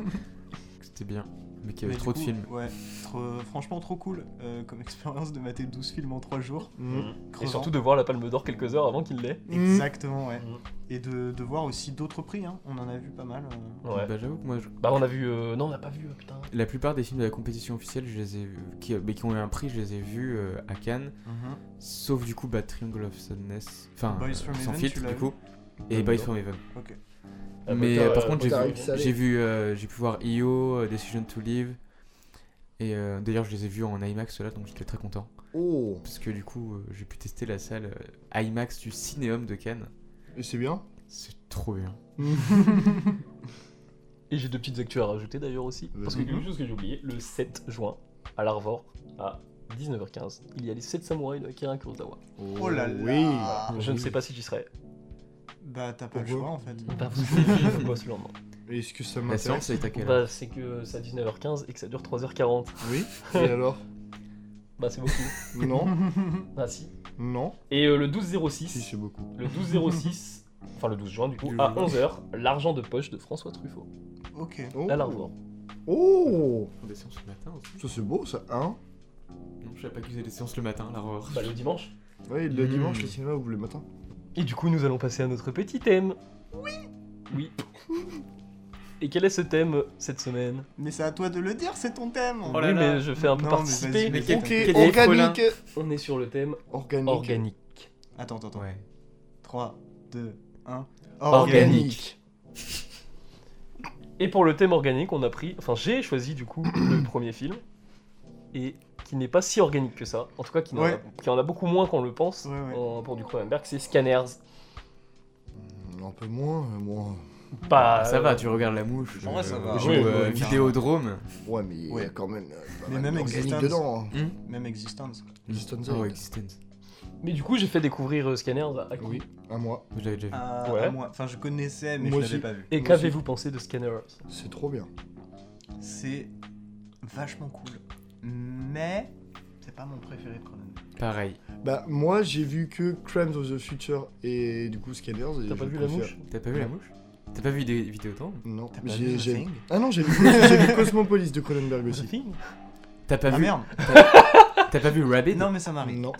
S2: C'était bien. Mais qu'il y
S3: Mais
S2: avait
S3: du
S2: trop de
S3: coup,
S2: films.
S3: Ouais. Trop- franchement trop cool euh, comme expérience de mater 12 films en 3 jours.
S2: Mm.
S4: Mmh.
S1: euh, Et
S3: Crevant.
S1: surtout de voir la palme d'or quelques heures avant qu'il l'ait.
S3: Exactement ouais.
S1: Mhm.
S3: Et de, de voir aussi d'autres prix hein. On en a vu pas mal. euh.
S1: Ouais.
S2: Bah j'avoue que moi, je-
S1: Bah, on a vu. euh, Non, on n'a pas vu, euh, putain.
S2: la plupart des films de la compétition officielle, je les ai qui, mais qui ont eu un prix, je les ai vus euh, à Cannes.
S3: Mhm.
S2: Sauf du coup, bah, Triangle of Sadness. Enfin,
S3: Boys
S2: euh,
S3: from
S2: sans
S3: Heaven, tu
S2: filtre
S3: l'as
S2: du
S3: vu
S2: coup. Et
S1: Mmh.
S2: Boys from Heaven.
S3: Ok.
S1: Ah,
S2: mais
S1: Broker,
S2: euh, par
S1: euh,
S2: contre, j'ai
S4: Broker
S2: vu,
S4: Excellé.
S2: j'ai vu, euh, j'ai pu voir Io, euh, Decision to Live. Et euh, d'ailleurs, je les ai vus en IMAX là, donc j'étais très content.
S4: Oh,
S2: Parce que du coup, euh, j'ai pu tester la salle euh, IMAX du Cinéum de Cannes.
S4: et c'est bien
S2: C'est trop bien.
S4: Mhm.
S1: Et j'ai deux petites actus à rajouter d'ailleurs aussi. Parce que
S4: Vas-y. Mhm.
S1: quelque chose que j'ai oublié, le 7 juin, à l'Arvor, à 19h15, il y a les 7 samouraïs de Akira Kurosawa.
S3: Oh là
S4: Ah, Oui.
S3: là.
S1: Je ne sais pas si j'y serai.
S3: Bah t'as pas le
S4: Pourquoi
S3: choix en fait.
S1: Bah, je bosse le lendemain.
S4: Est-ce que ça
S2: La
S4: m'intéresse
S2: séance, elle est à quelle heure
S1: Bah, c'est que c'est à 19h15 et que ça dure 3h40.
S4: Oui. Et alors
S1: Bah, c'est beaucoup.
S4: Non,
S1: Ah, si.
S4: non.
S1: Et euh, le
S4: Si
S1: 12-06,
S4: c'est beaucoup.
S1: le 12-06, enfin le 12 juin du coup,
S2: Du
S1: à
S2: jour.
S1: 11h, l'argent de poche de François Truffaut,
S3: Ok.
S4: Oh.
S1: à l'Arvor.
S4: Oh,
S2: Ils font Des séances le matin aussi
S4: ça c'est beau ça, hein
S2: Non, je savais pas qu'ils faisaient des séances le matin, la revoir.
S1: Bah, le dimanche.
S4: Oui, le
S2: Mm.
S4: dimanche, le cinéma ouvre le matin.
S1: Et du coup, nous allons passer à notre petit thème. Oui. Oui. Et quel est ce thème cette semaine
S3: Mais c'est à toi de le dire, c'est ton thème.
S2: Oh là
S1: oui,
S2: là.
S1: mais je fais un peu
S3: Non, mais
S1: participer.
S3: vas-y, Mais
S2: quel-
S4: Ok,
S2: quel est
S4: organique.
S1: On est sur le thème
S4: Organique.
S1: organique.
S3: Attends attends attends.
S2: Ouais.
S3: 3 2 1.
S1: Organique. Et pour le thème organique, on a pris, enfin j'ai choisi du coup le premier film et qui n'est pas si organique que ça. En tout cas, qui, n'en
S3: Ouais.
S1: a- qui en a beaucoup moins qu'on le pense
S3: Ouais, ouais.
S1: en- pour du Cronenberg, c'est Scanners.
S4: Un peu moins, euh, moins.
S1: Pas
S2: Ah, Bah,
S1: euh,
S2: ça va, tu regardes la mouche.
S3: En vrai, ça va.
S2: Ou
S4: Ouais,
S2: euh,
S4: ouais,
S2: Vidéodrome.
S4: Ouais, mais il y
S3: Ouais.
S4: a quand même euh, pas
S3: Mais
S4: mal
S3: même
S4: d'organique
S3: Existence.
S4: dedans. hein.
S3: Même existence.
S4: Existence.
S2: Oh, Existence.
S1: Mais du coup, j'ai fait découvrir euh, Scanners à à qui
S4: Oui, à moi.
S2: Je l'avais déjà vu.
S3: Ah,
S1: Ouais.
S3: à moi. Enfin, je connaissais, mais
S4: Moi
S3: je l'avais
S4: aussi.
S3: pas vu.
S1: Et
S4: Moi
S1: qu'avez-vous pensé de Scanners
S4: C'est trop bien.
S3: C'est vachement cool. Mais c'est pas mon préféré de Cronenberg.
S2: Pareil.
S4: Bah moi j'ai vu que Crimes of the Future et du coup Scanners. et
S1: T'as pas
S4: je
S1: vu la
S4: préfère-
S1: mouche
S2: T'as pas vu la mouche T'as pas vu des Vidéodrome
S4: Non.
S3: T'as pas
S4: j'ai-
S3: vu The
S4: j'ai-
S3: Thing
S4: Ah non j'ai vu, j'ai vu Cosmopolis de Cronenberg
S1: The
S4: aussi.
S1: Thing
S2: T'as pas
S3: Ah
S2: vu
S3: merde
S2: T'as pas vu Rabbit
S3: Non, mais ça
S1: ah
S3: m'arrive.
S4: Non.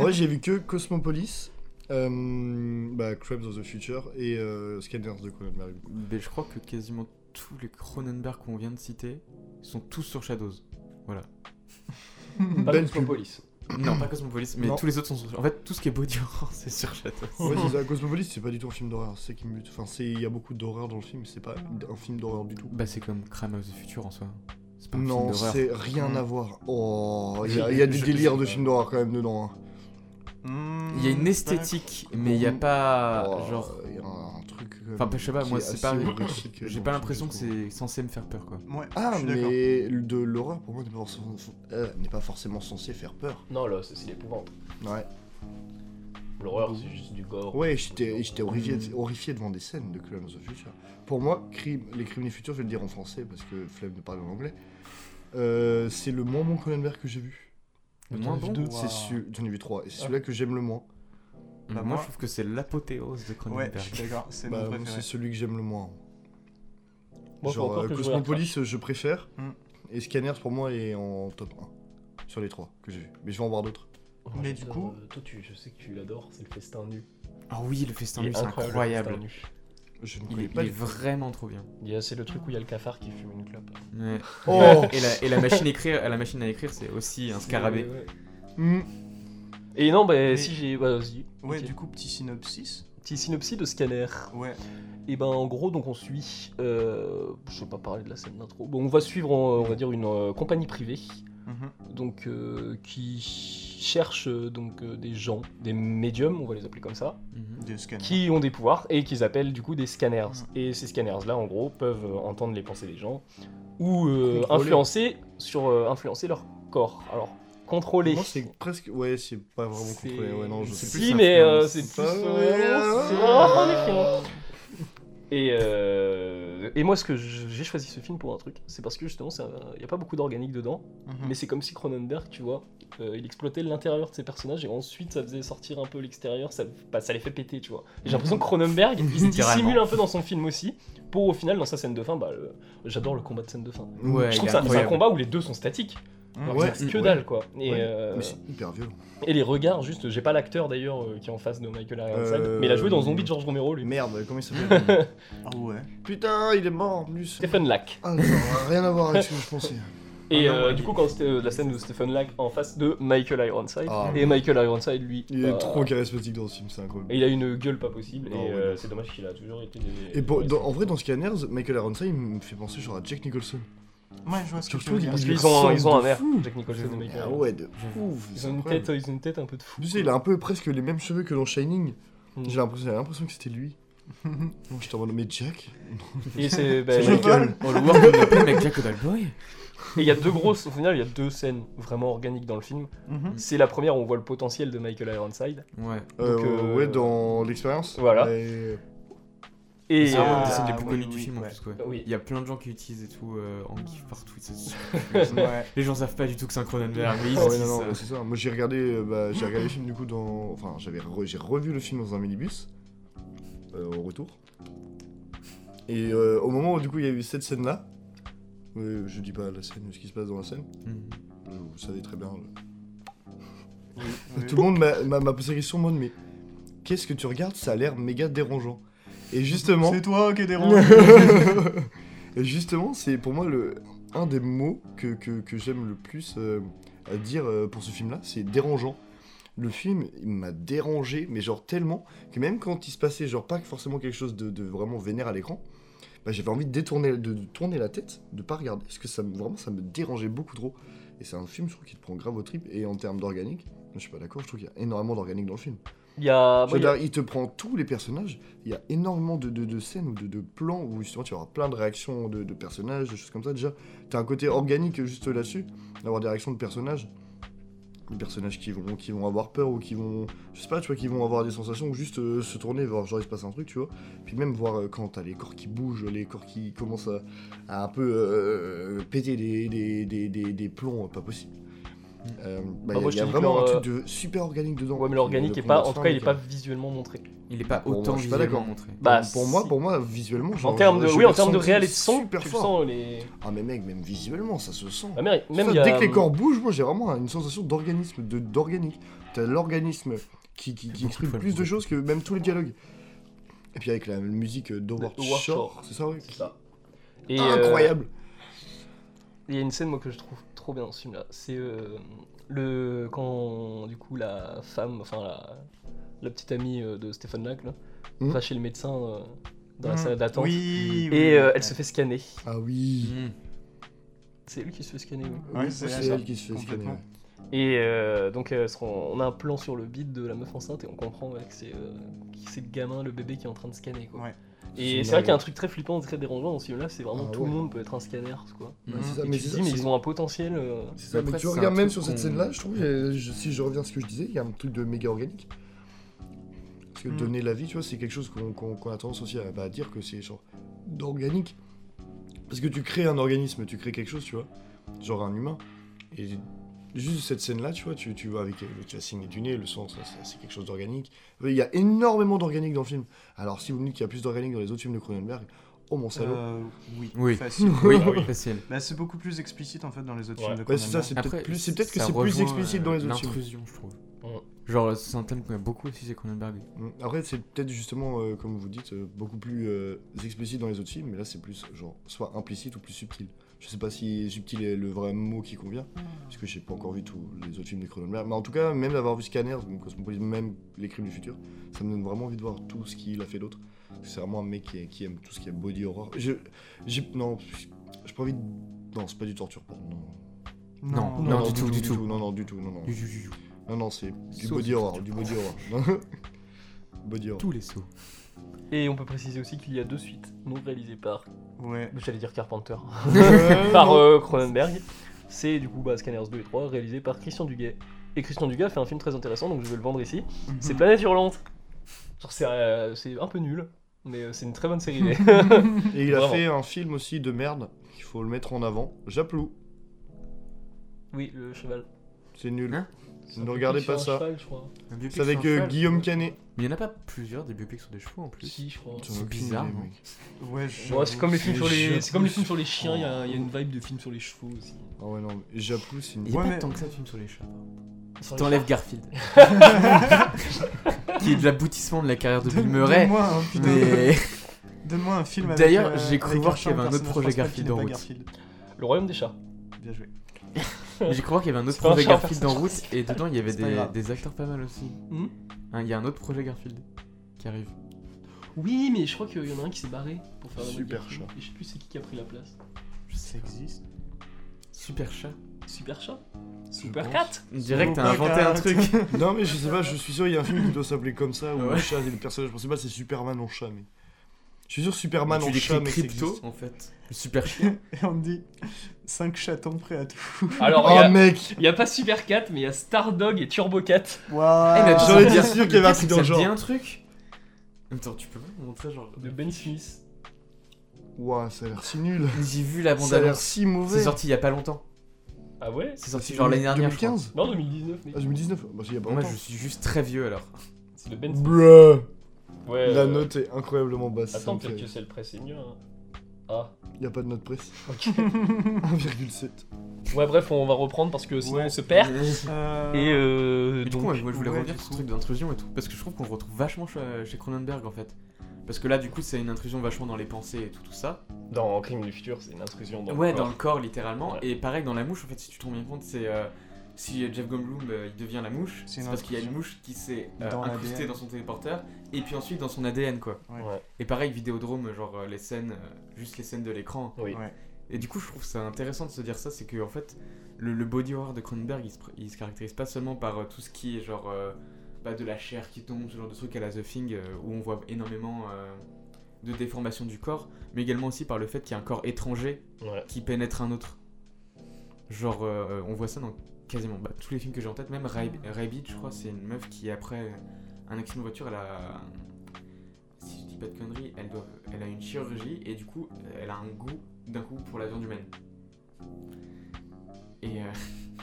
S4: Moi j'ai vu que Cosmopolis, euh, bah Crimes of the Future et euh, Scanners de Cronenberg.
S2: Mais je crois que quasiment tous les Cronenberg qu'on vient de citer sont tous sur Shadows.
S1: Pas
S4: Belle pub.
S1: Cosmopolis.
S2: non, pas Cosmopolis, mais
S4: Non.
S2: tous les autres sont sur. En fait, tout ce qui est Body horror, c'est sur Shadows.
S4: Ouais c'est ça. Cosmopolis c'est pas du tout un film d'horreur. C'est ça qui me bute. Enfin c'est il y a beaucoup d'horreur dans le film. C'est pas un film d'horreur du tout.
S2: Bah, c'est comme Crime of the Future en soi. C'est pas un film
S4: Non,
S2: d'horreur.
S4: c'est rien à voir. Oh, il y, a-
S2: Je-
S4: il y a des
S2: je-
S4: délires
S2: je-
S4: de films d'horreur quand même dedans. hein.
S3: Hmm,
S2: Il y a une
S3: pas
S2: esthétique, mais il y a pas.
S4: Oh,
S2: genre.
S4: il y a un truc. quand même
S2: Enfin, je sais pas,
S4: qui
S2: moi,
S4: est
S2: c'est
S4: assez
S2: pas-
S4: horrifique euh, dans
S2: J'ai
S4: le
S2: pas
S4: film,
S2: l'impression
S4: je
S2: que
S4: trouve.
S2: c'est censé me faire peur, quoi.
S3: d'accord. Ouais, je
S4: Ah,
S3: suis d'accord.
S4: mais le- de l'horreur pour moi n'est pas, forcément- euh, n'est pas forcément censé faire peur.
S1: Non, là, c'est c'est l'épouvante.
S4: Ouais.
S1: Le
S5: l'horreur, c'est juste du gore.
S4: Ouais, j'étais j'étais horrifié,
S2: Hmm.
S4: horrifié devant des scènes de Crimes of the Future. Pour moi, crime, les Crimes du Futur, je vais le dire en français parce que flemme de parler en anglais, euh, c'est le moins bon Cronenberg que j'ai vu.
S2: Le moins bon
S3: Wow.
S4: C'est celui- J'en ai vu trois, et c'est celui-là que j'aime le moins.
S2: Bah, moi,
S3: moi-
S2: je trouve que c'est l'apothéose de
S3: Ouais,
S2: Cronenberg.
S3: je suis d'accord, c'est
S4: Bah,
S3: mon
S4: moi,
S3: préféré.
S4: c'est celui que j'aime le moins.
S5: Moi, faut
S4: Genre
S5: encore
S4: euh,
S5: que je regarde ça.
S4: Cosmopolis, euh, je préfère.
S1: Mm.
S3: Hmm.
S4: Et Scanners, pour moi, est en top 1 sur les trois que j'ai vu. Mais je vais en voir d'autres.
S5: Oh,
S3: Mais
S5: j'adore,
S3: du coup-
S5: euh, toi, tu, je sais que tu l'adores, c'est le festin nu.
S2: Ah oui, le festin
S5: Il
S2: nu,
S5: est
S2: c'est
S5: incroyable,
S2: incroyable.
S5: le festin nu.
S4: Je ne
S2: Il
S4: connais
S2: est,
S4: pas
S2: il est
S4: les-
S2: vraiment trop bien.
S5: Il y a- C'est le truc où il y a le cafard qui fume une clope.
S2: Ouais.
S4: Oh
S2: Et, la, et la machine à écrire, la machine à écrire, c'est aussi un scarabée.
S5: Ouais, ouais.
S4: Hmm.
S1: Et non, bah
S3: Mais-
S1: si j'ai. Bah, vas-y.
S3: Ouais,
S1: Ok.
S3: du coup, petit synopsis.
S1: Petit synopsis de scanner.
S3: Ouais,
S1: Et ben en gros donc on suit, euh, je vais pas parler de la scène d'intro. Bon on va suivre euh, on va dire une euh, compagnie privée
S3: mhm,
S1: donc euh, qui cherche euh, donc euh, des gens, des médiums on va les appeler comme ça,
S2: Mhm.
S3: des scanners.
S1: qui ont des pouvoirs et qu'ils appellent du coup des scanners.
S4: Mm.
S1: Et ces scanners là en gros peuvent euh, entendre les pensées des gens ou euh,
S4: Contrôler.
S1: influencer sur euh, influencer leur corps. Alors contrôler.
S4: Moi, c'est presque. Ouais, c'est pas vraiment
S1: C'est-
S4: contrôlé. Ouais, non, je
S1: si,
S4: sais
S2: plus
S1: mais euh,
S2: influence.
S1: c'est plus.
S4: pas.
S1: euh, c'est- Oh, les films. Et, euh, et moi, ce que je- j'ai choisi ce film pour un truc, c'est parce que justement, il n'y a pas beaucoup d'organique dedans,
S4: Mm.
S3: Mhm.
S1: mais c'est comme si Cronenberg, tu vois, euh, il exploitait l'intérieur de ses personnages et ensuite ça faisait sortir un peu l'extérieur, ça, bah, ça les fait péter, tu vois. Et J'ai l'impression que Cronenberg, il se dissimule un peu dans son film aussi, pour au final, dans sa scène de fin, bah, le- j'adore le combat de scène de fin.
S4: Mm.
S2: Ouais,
S1: Je trouve
S2: il est
S1: que c'est un- c'est un
S2: incroyable.
S1: combat où les deux sont statiques,
S3: Mhm.
S1: alors
S4: Ouais, mm,
S1: que c'est que
S4: ouais.
S1: dalle, quoi. Et,
S4: Ouais.
S1: euh,
S4: Mais c'est hyper violent.
S1: et les regards, juste, j'ai pas l'acteur d'ailleurs euh, qui est en face de Michael Ironside,
S4: Euh,
S1: mais il a joué dans Zombie de George Romero, lui.
S4: Merde, comment il s'appelle
S3: Ah ouais.
S4: Putain, il est mort en plus.
S1: Stephen Lack.
S4: Ah, genre, rien à voir avec ce que je pensais.
S1: Et
S3: Ah non,
S1: euh,
S3: il-
S1: du coup, quand c'était euh, la scène de Stephen Lang en face de Michael Ironside,
S4: Ah,
S1: et Michael Ironside, lui,
S4: Il
S1: bah,
S4: est trop charismatique dans ce film, c'est incroyable.
S1: il a une gueule pas possible,
S4: Non,
S1: et
S4: ouais,
S1: euh,
S4: non.
S1: c'est dommage qu'il a toujours été. Des...
S4: Et pour-
S1: des-
S4: dans- en vrai, dans Scanners, Michael Ironside, il me fait penser genre à Jack Nicholson.
S3: Ouais, je vois ce que
S4: Surtout
S3: tu veux
S4: qu'il-
S3: dire.
S1: parce
S4: il
S1: qu'ils ont, un- ils ont un
S4: ressemble de
S1: air,
S4: fou.
S1: Jack Nicholson et Michael.
S4: Ah
S1: Ironside.
S4: ouais, de ouf.
S1: Ils
S4: c'est
S1: ont une
S4: incroyable.
S1: tête, ils ont une tête un peu de fou.
S4: Tu sais, il a un peu presque les mêmes cheveux que dans Shining.
S1: Mm.
S4: J'ai l'impression, j'ai l'impression que c'était lui. non, je t'en demande, mais Jack
S1: Et c'est, bah,
S4: Je
S1: et
S4: vole
S2: Oh, le Warren Open avec Jack O'Dalboy
S1: il y a deux grosses, au final, il y a deux scènes vraiment organiques dans le film.
S3: Mhm.
S1: C'est la première où on voit le potentiel de Michael Ironside.
S2: Ouais.
S4: Euh,
S1: Donc, euh,
S4: Ouais, dans l'expérience.
S1: voilà.
S4: Et-
S1: Et
S2: C'est
S1: euh,
S2: vraiment
S3: Ah,
S2: une des scènes les plus
S3: oui,
S2: connues du
S3: oui,
S2: film en
S3: ouais.
S2: plus, quoi.
S1: oui.
S2: Il y a plein de gens qui utilisent et tout euh, en gif partout. c'est super.
S3: Ouais.
S2: Les gens savent pas du tout que c'est un Cronenberg, mais ils
S4: Ah ouais,
S2: utilisent
S4: non,
S2: ça.
S4: non, c'est ça. Moi, j'ai regardé, euh, bah, j'ai regardé le film du coup dans. Enfin, j'avais re- j'ai revu le film dans un minibus euh, au retour. Et euh, au moment où du coup il y a eu cette scène là, je dis pas la scène, ce qui se passe dans la scène,
S2: Mhm.
S4: euh, vous savez très bien. euh,
S3: Oui.
S4: Tout le monde m'a- m'a m'a posé la question, moi, de, mais qu'est-ce que tu regardes Ça a l'air méga dérangeant. Et justement,
S3: C'est toi qui es dérangé.
S4: Et justement, c'est pour moi le un des mots que, que- que j'aime le plus euh, à dire euh, pour ce film-là, c'est dérangeant. Le film, il m'a dérangé, mais genre tellement que même quand il se passait genre pas forcément quelque chose de, de vraiment vénère à l'écran, bah, j'avais envie de détourner, de, de tourner la tête, de pas regarder, parce que ça me, vraiment ça me dérangeait beaucoup trop. Et c'est un film, je trouve, qui te prend grave au trip. Et en termes d'organique, je suis pas d'accord, je trouve qu'il y a énormément d'organique dans le film.
S1: Bah, Il y a.
S4: Je veux dire, il te prend tous les personnages. Il y a énormément de, de- de scènes ou de, de plans où justement tu auras plein de réactions de, de personnages, de choses comme ça. Déjà, t'as un côté organique juste là-dessus, d'avoir des réactions de personnages. Des personnages qui vont, qui vont avoir peur ou qui vont, je sais pas, tu vois, qui vont avoir des sensations ou juste euh, se tourner, voir genre il se passe un truc, tu vois. Puis même voir euh, quand t'as les corps qui bougent, les corps qui commencent à, à un peu euh, péter des, des, des, des- des plombs, euh, pas possible. Euh,
S1: Bah,
S4: bah, il y
S1: moi,
S4: a,
S1: je
S4: il y a
S1: te dis que
S4: vraiment un
S1: leur, euh,
S4: truc de super organique dedans.
S1: Ouais, mais
S4: Qui-
S1: l'organique
S4: le
S1: est pas.
S4: combat
S1: En tout
S4: de fin,
S1: cas, il est
S4: mec,
S1: pas visuellement montré.
S2: Il est pas
S4: Pour moi,
S2: autant
S4: je suis pas d'accord.
S2: visuellement montré.
S1: Bah,
S4: pour moi, pour moi, visuellement, genre,
S1: En termes de,
S4: je
S1: oui, en
S4: le
S1: termes de
S4: sentis
S1: réel et de son,
S4: super
S1: tu le
S4: fort.
S1: sens les.
S4: Ah mais mec, même visuellement, ça se sent.
S1: Ah, merde, même
S4: Ça,
S1: il y a,
S4: Dès que les
S1: euh,
S4: corps bougent, moi j'ai vraiment une sensation d'organisme, de- d'organique. T'as l'organisme qui, qui, qui
S2: Beaucoup
S4: exprime
S2: de fois,
S4: plus de
S2: beaucoup.
S4: choses que même tous les dialogues. Et puis avec la musique euh, d'Howard
S1: De Howard
S4: Shore,
S1: Shore.
S4: c'est ça, oui
S1: C'est ça. Et, euh,
S4: Incroyable.
S1: Il y a une scène moi que je trouve trop bien dans ce film là. C'est euh, le quand du coup la femme, enfin la, la petite amie euh, de Stéphane Lac là,
S4: Mhm.
S1: va chez le médecin euh, dans la
S4: Hmm.
S3: Mhm.
S1: salle d'attente.
S3: Hmm. Oui, oui.
S1: Et euh, elle se fait scanner.
S4: Ah oui.
S2: Mhm.
S1: C'est elle qui se fait scanner. oui.
S3: Ouais,
S4: Oui,
S3: c'est
S4: c'est
S3: ça.
S4: elle qui se fait scanner.
S3: Complètement.
S4: ouais.
S1: Et euh, donc euh, on- on a un plan sur le bide de la meuf enceinte et on comprend ouais, que c'est euh, que c'est le gamin, le bébé qui est en train de scanner quoi.
S3: Ouais.
S1: Et
S4: C'est
S1: c'est vrai qu'il y a un
S4: dingue.
S1: truc très flippant, très dérangeant dans ce film là, c'est vraiment
S4: Ah
S1: tout le
S4: ouais.
S1: monde peut être un scanner quoi.
S4: Ouais, c'est
S3: Mhm.
S1: Et
S4: ça, mais
S1: tu
S4: c'est
S1: te
S4: ça,
S1: dis mais
S4: c'est-
S1: ils ont un potentiel. euh,
S4: C'est ça,
S2: Après,
S4: mais tu
S2: c'est un
S4: regardes même
S2: truc
S4: sur cette
S2: qu'on-
S4: scène-là, je trouve, euh, je- si je reviens à ce que je disais, il y a un truc de méga organique. Parce que
S2: Hmm.
S3: Mm.
S4: donner la vie, tu vois, c'est quelque chose qu'on qu'on- qu'on a tendance aussi à, bah, à dire que c'est genre d'organique. Parce que tu crées un organisme, tu crées quelque chose, tu vois, genre un humain. Et juste cette scène-là, tu vois, tu, tu vois avec le casting du nez, le son, ça, ça, c'est quelque chose d'organique. Il y a énormément d'organique dans le film. Alors si vous me dites qu'il y a plus d'organique dans les autres films de Cronenberg, oh mon salaud.
S3: Euh, oui,
S2: Oui.
S3: facile.
S2: Oui, facile.
S3: Bah, c'est beaucoup plus explicite en fait dans les autres
S1: Ouais.
S3: films de
S4: Ouais, c'est ça,
S3: Cronenberg.
S4: c'est peut-être plus- c'est peut-être que
S2: ça
S4: c'est plus
S2: rejoint,
S4: explicite dans les
S2: euh,
S4: autres films.
S2: L'intrusion, je trouve.
S1: Ouais.
S2: Genre, c'est un thème qu'on a beaucoup aussi, c'est Cronenberg.
S4: Mm. Après, c'est peut-être justement, euh, comme vous dites, euh, beaucoup plus euh, explicite dans les autres films, mais là, c'est plus, genre, soit implicite ou plus subtil. Je sais pas si subtil est le vrai mot qui convient, parce que j'ai pas encore vu tous les autres films de Cronenberg. Mais en tout cas, même d'avoir vu Scanner, donc Cosmopolis, même Les Crimes du Futur, ça me donne vraiment envie de voir tout ce qu'il a fait d'autre. Parce que C'est vraiment un mec qui, est- qui aime tout ce qui est body horror. Je, j'ai, non, j'ai pas envie de... Non, c'est pas du torture porn, non.
S2: Non, non, du tout, du tout.
S4: Non, non, du tout, non, non.
S2: Du- du- du- du-
S4: Non, non, c'est du
S2: Sauf
S4: body
S2: du
S4: horror,
S2: torture
S4: du body horror. body horror.
S2: Tous les sauts.
S1: Et on peut préciser aussi qu'il y a deux suites non réalisées par,
S3: Ouais.
S1: j'allais dire Carpenter,
S4: Euh,
S1: par
S4: non.
S1: euh, Cronenberg. C'est du coup bah, Scanners 2 et 3 réalisé par Christian Duguay. Et Christian Duguay a fait un film très intéressant donc je vais le vendre ici.
S3: Mm. Mhm.
S1: C'est Planète Hurlante. Genre c'est euh, c'est un peu nul mais euh, c'est une très bonne série. B.
S4: Et il a
S1: Vraiment.
S4: fait un film aussi de merde, il faut le mettre en avant. Japlou,
S1: oui, le cheval.
S4: c'est nul.
S2: Hein
S1: C'est
S4: Ne
S1: un
S4: regardez
S1: truc sur un
S4: pas ça.
S1: cheval, je crois.
S2: Un biopic
S4: c'est avec
S2: sur un
S4: euh,
S2: cheval,
S4: Guillaume
S2: ouais.
S4: Canet.
S2: Mais il n'y en a pas plusieurs des biopics sur des chevaux en plus.
S1: Si, je crois.
S2: C'est bizarre, non
S3: Ouais,
S1: Bon, c'est comme les films sur les, c'est comme les films sur les chiens,
S4: Oh.
S1: il y, a il y a une vibe de film sur les chevaux aussi.
S4: Ah ouais, non, mais Japlou, c'est
S2: Il
S4: nul.
S2: n'y a
S3: Ouais,
S2: pas
S3: mais-
S2: tant que ça de films sur les chats.
S1: Sur les
S2: T'enlèves Garfield. qui est de l'aboutissement de la carrière de Bill Murray.
S3: Oh. Donne-moi un, putain,
S2: Mais
S3: donne-moi un film avec,
S2: D'ailleurs,
S3: euh,
S2: j'ai cru
S3: avec
S2: voir
S3: un
S2: qu'il y avait
S3: chien,
S2: un autre projet
S3: personnage principal
S2: Garfield
S3: qui n'est
S2: en
S3: pas
S2: route.
S3: Garfield.
S1: chats. Le royaume des chats.
S3: Bien joué.
S2: j'ai cru voir qu'il y avait un autre
S1: C'est pas un
S2: projet
S1: chat,
S2: Garfield en
S1: personne.
S2: route et dedans il y avait
S3: C'est pas
S2: des,
S3: grave.
S2: des acteurs pas mal aussi.
S1: Hmm
S2: Hein, Il y a un autre projet Garfield qui arrive.
S1: Oui, mais je crois qu'il y en a un qui s'est barré pour faire la mode
S4: Super
S1: Garfield. Et je sais plus c'est qui qui a pris la place.
S2: Je sais pas.
S3: existe
S2: Super chat.
S1: Super chat
S4: pense.
S1: Super cat
S2: Direct, t'as
S3: Super
S2: inventé
S3: cat.
S2: un truc.
S4: Non, mais je sais pas, je suis sûr, il y a un film qui doit s'appeler comme ça, où
S2: Ouais.
S4: le chat et le personnage principal, c'est Superman en chat, mais. Je suis sûr, Superman en
S2: tu
S4: chat,
S2: décris
S4: mais.
S2: crypto en fait. Le super chien.
S3: Et on dit 5 chatons prêts à tout.
S1: Alors, il y
S4: Oh
S1: a-
S4: mec
S1: il n'y a, pas Super cat, mais il y a Stardog et Turbo Cat.
S3: Waouh
S2: Eh, mais attends,
S4: Ah, J'aurais
S2: ça me
S4: dit
S2: dit-
S4: sûr qu'il y avait un
S2: ça me
S4: truc dans le
S2: dit
S4: genre.
S2: un truc. Attends, tu peux pas me montrer genre.
S1: de Ben Smith.
S4: Ouah, ça a l'air si nul.
S2: J'ai vu la bande
S4: Ça a l'air
S2: annonce.
S4: si
S2: C'est
S4: mauvais.
S2: sorti il y a pas longtemps.
S1: Ah ouais
S2: C'est sorti genre l'année dernière. je crois.
S4: 2015
S1: Non, 2019, mec.
S4: Ah, 2019 Bah, il y a pas
S2: Moi
S4: longtemps.
S2: je suis juste très vieux alors.
S1: C'est le Ben Smith.
S4: Bruh
S1: Ouais,
S4: La
S1: euh,
S4: note est incroyablement basse. ça
S1: Attends,
S4: me
S1: peut-être
S4: fait-
S1: que c'est le pressé mieux. hein. Ah,
S4: Y a pas de note presse.
S1: ok.
S4: 1,7.
S1: ouais, bref, on va reprendre parce que sinon
S3: Ouais.
S1: on se perd.
S3: Euh,
S1: Et euh,
S2: Mais du coup,
S1: donc.
S2: moi, moi, je voulais
S3: ouais,
S2: revenir
S3: du
S2: sur
S3: coup.
S2: ce truc d'intrusion et tout, parce que je trouve qu'on le retrouve vachement che- chez Cronenberg en fait. Parce que là, du coup, c'est une intrusion vachement dans les pensées et tout, tout ça.
S1: Dans Crime du futur, c'est une intrusion dans
S2: ouais,
S1: le
S2: dans
S1: corps.
S2: le corps, littéralement.
S1: Ouais.
S2: Et pareil, dans la mouche, en fait, si tu te rends bien compte, c'est. euh, si Jeff Goldblum euh, il devient la mouche,
S3: C'est
S2: c'est
S3: une
S2: parce qu'il y a une
S3: intrusion.
S2: mouche qui s'est euh,
S3: Dans
S2: incrustée
S3: l'ADN.
S2: dans son téléporteur et puis ensuite dans son ADN quoi.
S3: Ouais.
S1: Ouais.
S2: Et pareil, Vidéodrome, genre euh, les scènes, euh, juste les scènes de l'écran,
S1: Oui.
S3: Ouais.
S2: Et du coup, je trouve ça intéressant de se dire ça, c'est que en fait, le, le body horror de Cronenberg, il se, pr- il se caractérise pas seulement par euh, tout ce qui est genre euh, bah, de la chair qui tombe, ce genre de truc à la The Thing, euh, où on voit énormément euh, de déformation du corps, mais également aussi par le fait qu'il y a un corps étranger
S1: Ouais.
S2: qui pénètre un autre. Genre, euh, on voit ça dans quasiment bah, tous les films que j'ai en tête, même Ray- Rabbit, je crois, c'est une meuf qui, après un accident de voiture, elle a. Si je dis pas de conneries, elle, doit, elle a une chirurgie et du coup, elle a un goût d'un coup pour la viande humaine. Et euh,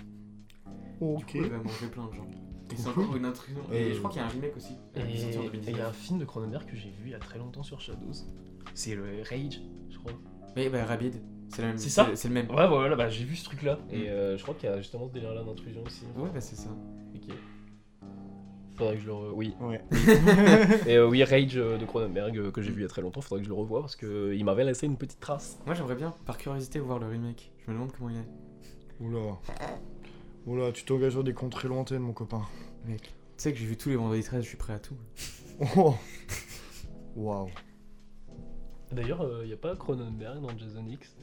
S2: du
S4: Ok.
S2: coup, elle va manger plein de gens. Et c'est encore une intrusion. Et je crois qu'il y a un remake aussi, euh, qui est sorti
S1: Et
S2: en
S1: il y a
S2: 2019.
S1: un film de Cronenberg que j'ai vu il y a très longtemps sur Shadows. C'est le Rage, je crois.
S2: Mais bah, Rabbit, c'est la même-
S1: C'est ça
S2: c'est- C'est le même.
S1: Ouais, voilà, bah, j'ai vu ce truc là. Et euh, je crois qu'il y a justement ce délire là d'intrusion aussi.
S2: Ouais, bah c'est ça.
S1: Ok. Faudrait que je le. re- Oui.
S3: Ouais.
S1: Et euh, oui, Rage euh, de Cronenberg euh, que j'ai vu il y a très longtemps, faudrait que je le revoie parce qu'il m'avait laissé une petite trace.
S2: Moi, j'aimerais bien, par curiosité, voir le remake. Je me demande comment il est.
S4: Oula. Oula, tu t'engages dans des contrées lointaines, mon copain.
S2: Mec, tu sais que j'ai vu tous les vendredis 13, je suis prêt à tout.
S4: Oh. Waouh.
S1: D'ailleurs,
S5: euh,
S1: il n'y a pas Cronenberg dans Jason X.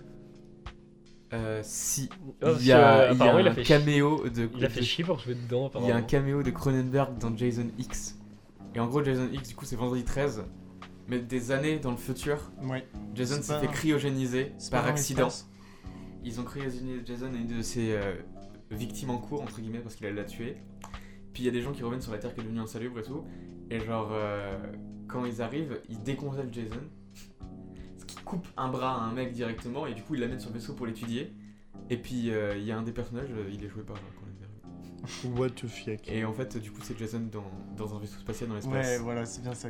S2: Euh, si.
S1: Ah,
S2: il
S1: parce que,
S2: y a, il y a
S1: apparemment, il a
S2: un
S1: fait
S2: caméo de.
S1: Il a fait
S2: de-
S1: chier pour jouer dedans,
S2: il
S1: apparemment.
S2: y a un caméo de Cronenberg dans Jason X. Et en gros, Jason X, du coup, c'est vendredi 13. Mais des années dans le futur,
S3: Ouais.
S2: Jason
S3: C'est
S2: s'est
S3: pas-
S2: fait cryogéniser
S3: C'est
S2: par
S3: pas dans
S2: accident.
S3: l'espace.
S2: Ils ont cryogénisé Jason et une de ses euh, victimes en cours, entre guillemets, parce qu'il allait la tuer. Puis il y a des gens qui reviennent sur la Terre qui est devenue insalubre et tout. Et genre, euh, quand ils arrivent, ils décongèlent Jason. Ce qui coupe un bras à un mec directement. Et du coup, ils l'amènent sur le vaisseau pour l'étudier. Et puis, euh, il y a un des personnages, euh, il est joué par Colin Farrell.
S4: What the fuck.
S2: Et en fait, du coup, c'est Jason dans, dans un vaisseau spatial dans
S3: Ouais,
S2: l'espace.
S3: voilà, c'est bien ça.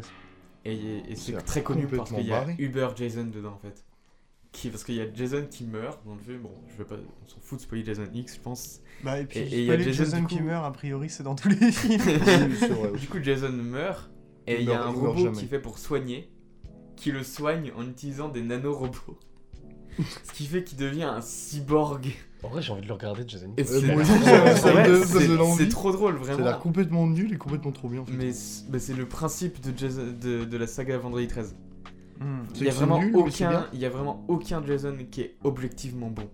S2: Et, et c'est
S4: C'est
S2: très connu parce
S4: complètement
S2: qu'il y a
S4: barré.
S2: Uber Jason dedans, en fait. Qui, parce qu'il y a Jason qui meurt dans le film. Bon, je veux pas, on s'en fout de spoiler Jason X, je pense.
S3: Bah, et puis,
S2: Et- et
S3: il
S2: il y
S3: y
S2: a
S3: les
S2: Jason,
S3: Jason
S2: du
S3: qui
S2: coup.
S3: meurt, a priori, c'est dans tous les films.
S4: Oui, c'est vrai.
S2: Du coup, Jason meurt et
S4: Il
S2: il y a
S4: meurt-
S2: un
S4: il meurt
S2: robot
S4: jamais.
S2: qui fait pour soigner, qui le soigne en utilisant des nanorobots. Ce qui fait qu'il devient un cyborg.
S5: En vrai, j'ai envie de le regarder, Jason.
S2: Et
S4: Euh,
S2: c'est-
S4: moi aussi, j'avais ça
S2: Ouais,
S4: de- ça
S2: c'est-
S4: faisait l'envie.
S2: c'est trop drôle,
S4: Ça a l'air
S2: vraiment.
S4: complètement nul et complètement trop bien. en fait.
S2: Mais c'est mais c'est le principe de, Jason- de, de la saga Vendredi 13.
S3: Hmm.
S4: C'est
S2: Il y, a
S4: que c'est
S2: vraiment
S4: nul, mais c'est
S2: aucun,
S4: bien.
S2: il y a vraiment aucun Jason qui est objectivement bon.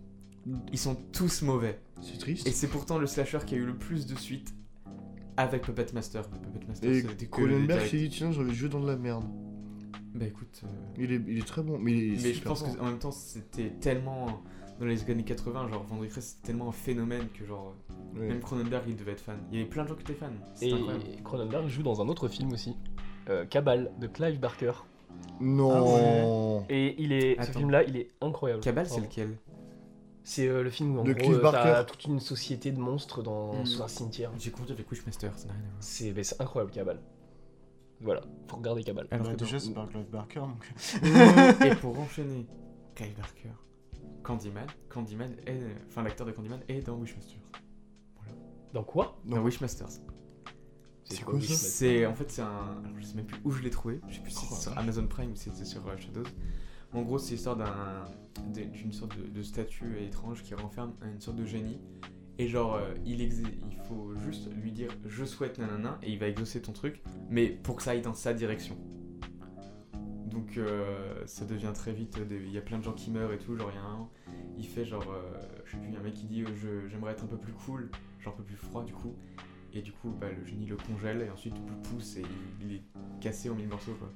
S2: Ils sont tous mauvais.
S4: C'est
S2: Et
S4: triste.
S2: c'est pourtant le slasher qui a eu le plus de suites avec Puppet Master. Puppet Master,
S4: Et
S2: c'était que des
S4: Cronenberg
S2: directs.
S4: s'est dit tiens j'avais joué dans de la merde.
S2: Bah écoute. euh,
S4: Il est, il est très bon, mais il est
S2: Mais je
S4: super
S2: pense
S4: fort.
S2: qu'en même temps, c'était tellement. Dans les années 80, genre Vendredi 13, c'était tellement un phénomène que, genre,
S4: Ouais.
S2: même Cronenberg, il devait être fan. Il y avait plein de gens qui étaient fans. C'est incroyable.
S5: Et Cronenberg joue dans un autre film aussi, euh, Cabal, de Clive Barker.
S2: Ah
S4: Non.
S5: Et il est, ce
S2: Attends.
S5: film-là, il est incroyable.
S2: Cabal, c'est
S5: Vraiment.
S2: lequel
S5: C'est euh, le film où en
S4: De
S5: gros,
S4: Clive
S5: euh, t'as
S4: Barker.
S5: toute une société de monstres dans
S2: Mm.
S5: sous un cimetière.
S2: J'ai confondu avec Wishmaster, ça n'a rien à voir.
S5: C'est mais c'est incroyable, Cabal. Voilà, faut regarder Cabal.
S2: Alors
S3: Bah,
S2: que
S3: déjà, c'est par Clive Barker, donc.
S2: dans- Et pour enchaîner, Clive Barker, Candyman, Candyman, est... enfin l'acteur de Candyman est dans Wishmaster.
S5: Dans quoi
S4: Non.
S2: Dans Wishmasters.
S4: C'est quoi ça
S2: C'est en fait c'est un alors, je sais même plus où je l'ai trouvé, je sais plus si
S4: Oh,
S2: c'était sur
S4: vache.
S2: Amazon Prime ou si c'était sur euh, Shadows. Mais en gros, c'est l'histoire d'un d'- d'une sorte de, de statue étrange qui renferme une sorte de génie et genre euh, il exi- il faut juste lui dire je souhaite nanana et il va exaucer ton truc mais pour que ça aille dans sa direction. Donc euh, ça devient très vite euh, des- il y a plein de gens qui meurent et tout, genre il y a un il fait genre euh, je sais plus, il y a un mec qui dit euh, je- j'aimerais être un peu plus cool, genre un peu plus froid du coup et du coup, bah, le génie le congèle et ensuite il le pousse et il, il est cassé en mille morceaux quoi.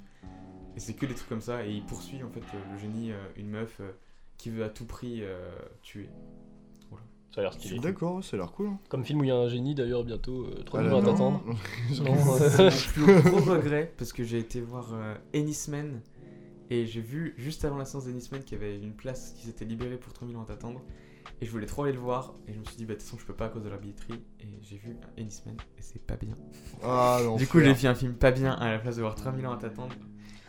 S2: Et c'est que des trucs comme ça et il poursuit en fait euh, le génie, euh, une meuf euh, qui veut à tout prix euh, tuer.
S5: Ça a l'air
S4: Je suis
S5: stylé.
S4: d'accord, ouais, ça a l'air cool. hein.
S5: Comme film où il y a un génie d'ailleurs bientôt, euh, trois
S4: Ah là
S5: livres à
S4: là.
S5: t'attendre.
S4: Genre,
S5: Non,
S2: C'est
S5: euh,
S2: mon plus gros regret parce que j'ai été voir euh, Ennismen et j'ai vu juste avant la séance d'Ennismen qu'il y avait une place qui s'était libérée pour 3000 ans à attendre et je voulais trop aller le voir et je me suis dit bah de toute façon je peux pas à cause de la billetterie et j'ai vu euh, Ennismen et c'est pas bien.
S4: Ah, l'enfer.
S2: Du coup j'ai vu un film pas bien à la place de voir 3000 ans à t'attendre.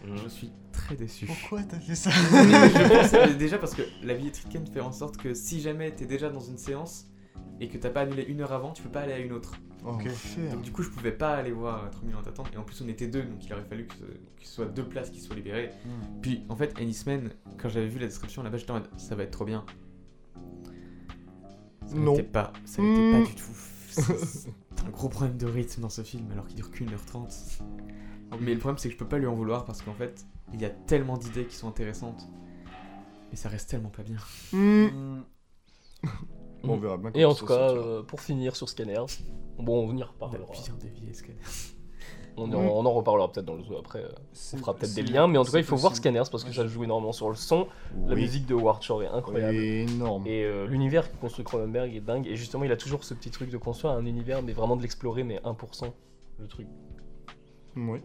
S5: Mm.
S2: Je suis très déçu.
S3: Pourquoi t'as fait ça
S2: je pense que déjà parce que la billetterie de Ken fait en sorte que si jamais t'es déjà dans une séance et que t'as pas annulé une heure avant, tu peux pas aller à une autre.
S4: Oh,
S3: Ok.
S4: l'enfer.
S2: Donc du coup, je pouvais pas aller voir euh, 3000 ans d'attente. Et en plus, on était deux, donc il aurait fallu que ce- qu'il soit deux places qui soient libérées.
S3: Hmm.
S2: Puis en fait, Ennismen, quand j'avais vu la description là-bas, j'étais en mode ça va être trop bien. Ça
S4: Non.
S2: l'était pas, ça l'était
S4: Hmm.
S2: pas du tout. C'est- c'est un gros problème de rythme dans ce film alors qu'il dure qu'une heure 30 Mais le problème c'est que je peux pas lui en vouloir parce qu'en fait il y a tellement d'idées qui sont intéressantes mais ça reste tellement pas bien.
S4: Hmm.
S3: Hmm.
S4: Bon, on verra bien
S5: Et en
S4: comment
S5: tout
S4: ça
S5: cas,
S4: sortira.
S5: euh, pour finir sur Scanner, bon, on y
S2: Il a
S4: Bah,
S5: reparlera.
S2: bien dévié ce qu'elle
S5: On, en,
S4: Oui.
S5: on en reparlera peut-être dans le zoo après. euh,
S3: C'est-
S5: On fera peut-être
S3: c'est-
S5: des liens, mais en tout cas, il
S3: c'est
S5: faut voir
S3: possible.
S5: Scanners parce que
S3: Ouais,
S5: ça joue énormément sur le son. La
S4: Oui.
S5: musique de Howard Shore est incroyable.
S4: énorme.
S5: Et euh, l'univers que construit Cronenberg est dingue. Et justement, il a toujours ce petit truc de construire un univers, mais vraiment de l'explorer, mais 1%, le truc.
S4: Ouais.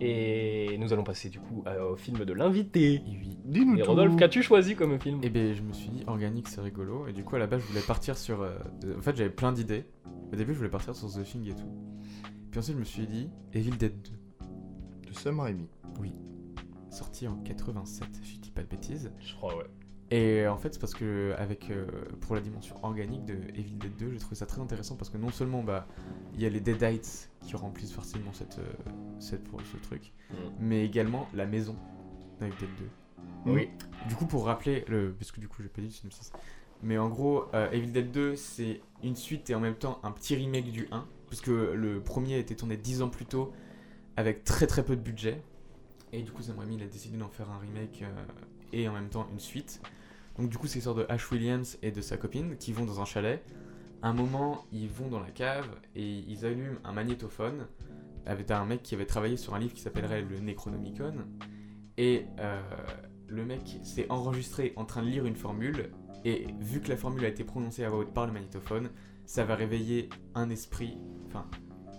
S5: Et nous allons passer du coup à-
S1: euh,
S5: au film de l'invité.
S4: Dis-nous
S5: Et
S4: tout.
S5: Rodolphe, qu'as-tu choisi comme film
S2: Et ben je me suis dit organique c'est rigolo et du coup à la base je voulais partir sur euh, en fait j'avais plein d'idées. Au début je voulais partir sur The Thing et tout. Puis ensuite je me suis dit Evil Dead 2
S4: De Sam Raimi.
S2: sorti en 87 si je dis pas de bêtises.
S5: Je crois, ouais.
S2: Et en fait, c'est parce que avec euh, pour la dimension organique de Evil Dead 2, j'ai trouvé ça très intéressant parce que non seulement bah il y a les Deadites qui remplissent forcément cette, euh, cette pour ce truc,
S5: Mm.
S2: mais également la maison d'Evil Dead 2.
S4: Oui.
S2: Du coup, pour rappeler le parce que du coup, j'ai pas dit le synopsis. Mais en gros, euh, Evil Dead 2, c'est une suite et en même temps un petit remake du 1 parce que le premier a été tourné 10 ans plus tôt avec très très peu de budget. Et du coup, Sam Raimi il a décidé d'en faire un remake euh, et en même temps une suite. Donc du coup, c'est l'histoire de Ash Williams et de sa copine qui vont dans un chalet. À un moment, ils vont dans la cave et ils allument un magnétophone avec un mec qui avait travaillé sur un livre qui s'appellerait le Necronomicon. Et euh, le mec s'est enregistré en train de lire une formule et vu que la formule a été prononcée à voix haute par le magnétophone, ça va réveiller un esprit, enfin,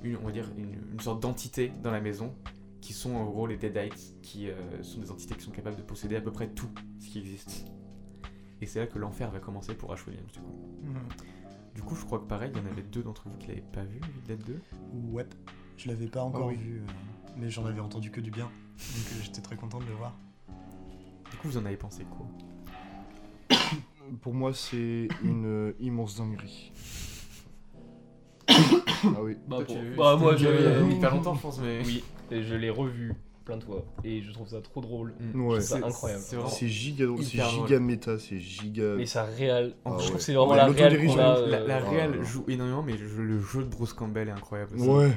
S2: une- on va dire une, une sorte d'entité dans la maison, qui sont en gros les Deadites, qui euh, sont des entités qui sont capables de posséder à peu près tout ce qui existe. Et c'est là que l'enfer va commencer pour H. Williams, du coup.
S3: Hmm.
S2: Du coup, je crois que pareil, il y en avait deux d'entre vous qui l'avaient pas vu, Dead 2.
S3: Hmm. Ouais, je l'avais pas encore
S4: Ah oui.
S3: vu, euh, mais j'en avais entendu que du bien. Donc euh, j'étais très content de le voir.
S2: Du coup, vous en avez pensé quoi
S4: Pour moi, c'est une euh, immense dinguerie. ah oui.
S1: Bah,
S2: Toi,
S1: pour-
S2: tu l'as vu,
S1: bah, moi,
S2: c'était Il y a
S1: je...
S2: hyper longtemps, je pense, mais.
S1: Oui, et je l'ai revu plein de fois. Et je trouve ça trop drôle.
S2: Mm.
S4: Ouais.
S1: C'est incroyable.
S2: C'est vraiment
S4: C'est giga drôle, c'est
S2: Hyper drôle.
S4: giga méta, c'est giga.
S1: Mais ça réal.
S4: Euh, Ah
S1: je trouve
S4: ouais.
S1: que c'est vraiment
S4: Ouais,
S1: la réal qu'on
S4: l'autodérision.
S1: a.
S2: La,
S1: euh,
S2: la
S1: bah,
S2: Real
S4: euh,
S2: joue énormément, mais je- le jeu de Bruce Campbell est incroyable. aussi.
S4: Ouais.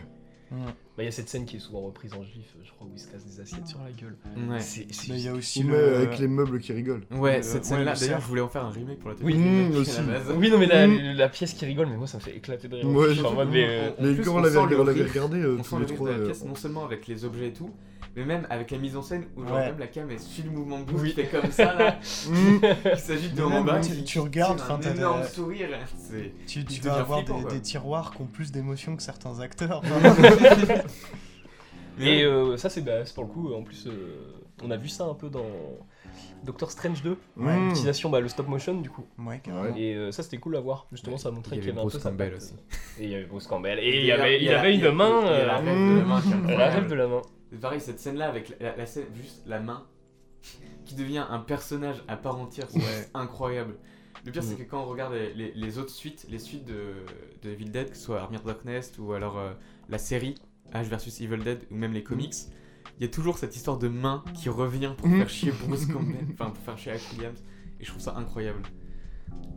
S1: Bah, Il y a cette scène qui est souvent reprise en gif, je crois, où il se casse des assiettes sur la gueule.
S2: Ouais.
S1: C'est- c'est-
S3: Mais il y a aussi
S4: Qui
S3: le.
S4: met
S2: euh,
S4: avec les meubles qui rigolent.
S2: Ouais,
S3: Euh,
S2: cette
S3: ouais,
S2: scène-là, d'ailleurs,
S3: le cerf.
S2: je voulais en faire un remake pour la télé.
S1: Oui,
S4: mmh,
S2: mais
S4: aussi.
S2: à la base.
S1: Oui, non, mais la,
S4: Mm.
S1: la pièce qui rigole, mais moi ça me fait éclater de rire.
S4: Ouais,
S1: je suis en mode, mais. euh,
S2: En
S4: Mais
S2: plus,
S4: quand
S2: on
S4: on l'avait
S2: sent le
S4: regardé,
S2: riff.
S4: regardé euh,
S2: On
S4: tous
S2: sent le
S4: les
S2: rythme
S4: trois.
S2: de la
S4: euh,
S2: pièce, non seulement avec les objets et tout, mais même avec la mise en scène où genre
S3: Ouais.
S2: même la cam elle suit le mouvement de bouche,
S1: Oui.
S2: qui fait comme ça là, Mmh.
S4: hmm,
S2: il s'agit de
S3: Mais
S2: en
S3: même,
S2: bas,
S3: tu-
S2: qui-
S3: tu
S2: qui
S3: regardes,
S2: tire
S3: enfin,
S2: un
S3: t'as des-
S2: énorme sourire. C'est
S3: euh, Tu, tu
S2: Il
S3: vas
S2: devient
S3: avoir
S2: flippant,
S3: des,
S2: quoi.
S3: des tiroirs qui ont plus d'émotions que certains acteurs.
S1: Et euh, ça, c'est bah, c'est pour le coup, en plus, euh, on a vu ça un peu dans Doctor Strange 2,
S3: Ouais,
S4: hmm.
S1: l'utilisation, bah, le stop motion du coup.
S3: ouais,
S4: Ouais.
S3: carrément.
S1: Et euh, ça, c'était cool à voir, justement, ça montrait qu'il y avait un peu sa patte. Et il y avait Bruce Campbell, et il y avait, il y avait une main.
S2: Il y a
S1: euh,
S2: la rêve de la main qui est
S1: Elle
S2: incroyable.
S1: arrive de la main.
S2: C'est Pareil, cette scène-là avec la, la- la scène, juste la main, qui devient un personnage à part entière, c'est juste incroyable. Le pire, c'est que quand on regarde les, les- les autres suites, les suites de, de Evil Dead, que ce soit Army of Darkness ou alors euh, la série Ash vs Evil Dead ou même les comics, il y a toujours cette histoire de main qui revient pour faire chier Bruce Campbell, enfin pour faire chier Ash Williams, et je trouve ça incroyable.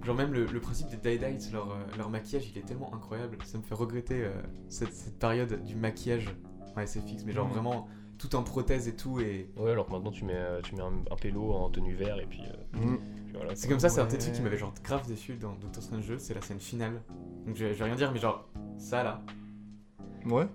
S2: Genre même le, le principe des Deadites, leur, euh, leur maquillage, il est tellement incroyable. Ça me fait regretter euh, cette, cette période du maquillage en SFX, mais genre
S3: Mhm.
S2: vraiment tout en prothèse et tout. Et
S1: Ouais, alors que maintenant, tu mets, euh, tu mets un, un pélo en tenue vert, et puis, euh,
S4: Hmm.
S1: puis voilà.
S2: Mm. c'est comme ça, c'est un
S3: Ouais.
S2: petit truc qui m'avait genre grave déçu dans Doctor Strange 2, c'est la scène finale. Donc je, je vais rien dire, mais genre ça là,
S4: Ouais.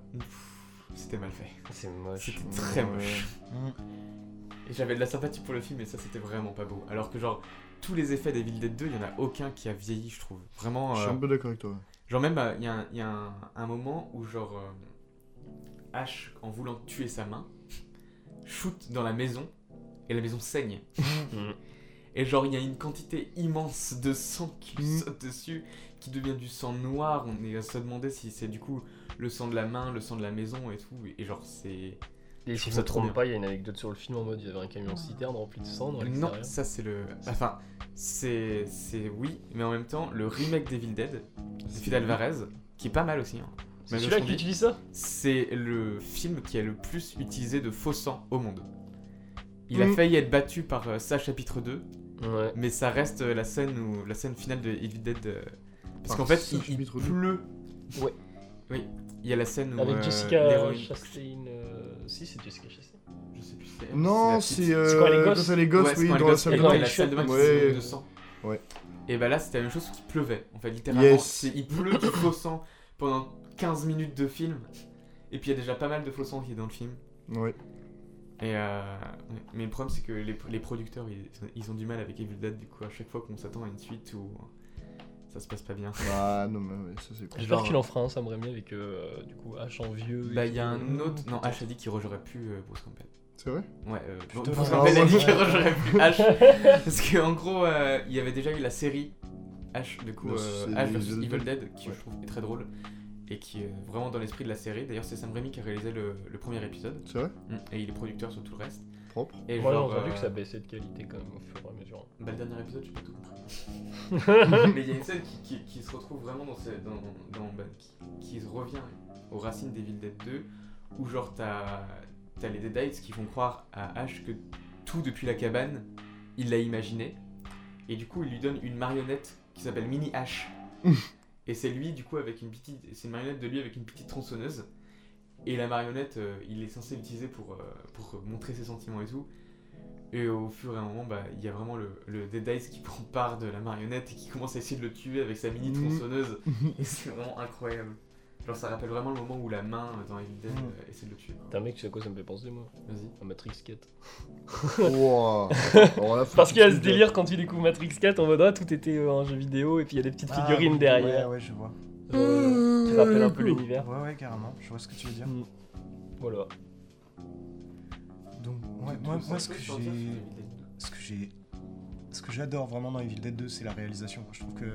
S2: c'était mal fait.
S1: C'est moche.
S2: C'était très
S4: Ouais.
S2: moche.
S3: Mm.
S2: Et j'avais de la sympathie pour le film, mais ça c'était vraiment pas beau. Alors que genre tous les effets d'Evil Dead 2, il y en a aucun qui a vieilli, je trouve. Vraiment.
S4: Je suis
S2: euh,
S4: un peu d'accord avec toi.
S2: Genre même, euh, il y a, un, y a un- un moment où genre euh, Ash, en voulant tuer sa main, shoot dans la maison et la maison saigne.
S1: Mm.
S2: et genre il y a une quantité immense de sang qui lui
S4: Mm.
S2: saute dessus, qui devient du sang noir. On est à se demander si c'est du coup le sang de la main, le sang de la maison et tout. Et genre c'est...
S1: Et
S2: Je
S1: si
S2: trouve
S1: je
S2: ça
S1: me
S2: trop
S1: trompe
S2: bien.
S1: pas, il y a une anecdote sur le film en mode il y avait un camion citerne rempli de cendres à
S2: Non,
S1: l'extérieur.
S2: ça c'est le... Enfin, c'est... c'est oui, mais en même temps, le remake d'Evil Dead, de Fidel Alvarez, qui est pas mal aussi. hein.
S1: C'est
S2: Mais
S1: celui-là
S2: je
S1: qui utilise ça
S2: c'est le film qui a le plus utilisé de faux sang au monde. Il a
S4: Mm.
S2: failli être battu par euh, ça chapitre 2,
S1: Ouais.
S2: mais ça reste euh, la scène où la scène finale de Evil Dead euh, parce
S4: Par
S2: qu'en fait
S4: Ça
S2: il, il
S4: chapitre 2.
S2: pleut.
S1: Ouais.
S2: Oui, il y a la scène où
S1: Avec
S2: euh,
S1: Jessica
S2: l'héroïne-
S1: Chastain. euh, Si, c'est Jessica Chastain.
S2: je sais plus c'est- c'est la
S4: Non, c'est
S2: petite.
S4: euh,
S1: C'est quoi, les
S4: quand
S1: gosses
S4: t'as les
S2: Ouais,
S4: gosses,
S2: c'est
S4: oui,
S2: quand
S4: dans
S2: elle
S4: la
S2: a-
S4: salle
S2: elle a
S4: de
S1: dans
S4: bain.
S1: les
S2: la salle de bain qui
S4: Ouais.
S2: s'inonde de sang.
S4: Ouais.
S2: Et bah là, c'était la même chose sauf qu'il pleuvait. En fait, littéralement,
S4: Yes.
S2: c'est- il pleut du faux sang pendant 15 minutes de film. Et puis il y a déjà pas mal de faux sang qui est dans le film.
S4: Ouais.
S2: Et euh, ouais. mais le problème c'est que les, les producteurs ils, ils ont du mal avec Evil Dead du coup à chaque fois qu'on s'attend à une suite où ça se passe pas bien.
S4: Ah non, mais ouais, ça c'est cool.
S1: J'espère
S2: Genre-
S1: qu'il en fera un, ça me remet avec euh, du coup H en vieux. et
S2: Bah il y a
S1: tout.
S2: un autre non H a dit qu'il rejerait plus euh, Bruce Campbell.
S4: C'est vrai
S2: Ouais euh, bon,
S3: Putain,
S2: Bruce
S4: ah
S2: Campbell a
S4: ouais.
S2: dit qu'il rejerait plus H parce que en gros euh, il y avait déjà eu la série H du coup
S4: Le-
S2: euh,
S4: c'est
S2: H
S4: les
S2: versus
S4: Evil
S2: Evil
S4: Dead.
S2: Dead qui
S4: Ouais.
S2: je trouve est très drôle et qui est vraiment dans l'esprit de la série. D'ailleurs c'est Sam Raimi qui a réalisé le, le premier épisode
S4: C'est vrai
S2: et il est producteur sur tout le reste.
S4: Propre.
S2: Et
S1: Moi j'ai
S2: genre,
S1: entendu
S2: euh,
S1: que ça baissait de qualité quand même au fur et à mesure.
S2: Bah, le dernier épisode, j'ai pas tout compris. Mais il y a une scène qui, qui- qui se retrouve vraiment dans, ce, dans, dans- bah, qui, qui revient aux racines d'Evil Dead 2, où genre t'as as les Deadites qui font croire à Ash que tout depuis la cabane, il l'a imaginé, et du coup il lui donne une marionnette qui s'appelle Mini Ash. et c'est lui du coup avec une petite, c'est une marionnette de lui avec une petite tronçonneuse. Et la marionnette, euh, il est censé l'utiliser pour, euh, pour montrer ses sentiments et tout. Et au fur et à un moment, bah, il y a vraiment le, le Dead Eyes qui prend part de la marionnette et qui commence à essayer de le tuer avec sa mini
S4: Mhm.
S2: tronçonneuse. et c'est vraiment incroyable. Genre, ça rappelle vraiment le moment où la main euh, dans Evil Dead
S3: Mm.
S2: euh, essaie de le tuer.
S5: T'as un mec, tu sais à quoi ça me fait penser, moi
S2: Vas-y.
S5: À Matrix 4.
S4: Ouah. Alors là, faut
S5: Parce
S4: que
S5: qu'il y a
S4: tu
S5: ce
S4: te-
S5: délire quand tu découvres Matrix 4 en mode ah, tout était euh, un jeu vidéo et puis il y a des petites
S3: Ah,
S5: figurines
S3: oui,
S5: derrière.
S3: Ouais, ouais, je vois.
S5: Euh, qui rappellent un peu l'univers. Mm.
S3: Ouais, ouais, carrément. Je vois ce que tu veux dire.
S5: Voilà.
S3: Donc, ouais, moi, moi, ce que j'ai. Ce que j'ai. Ce que j'adore vraiment dans Evil Dead 2, c'est la réalisation. quoi. Je trouve que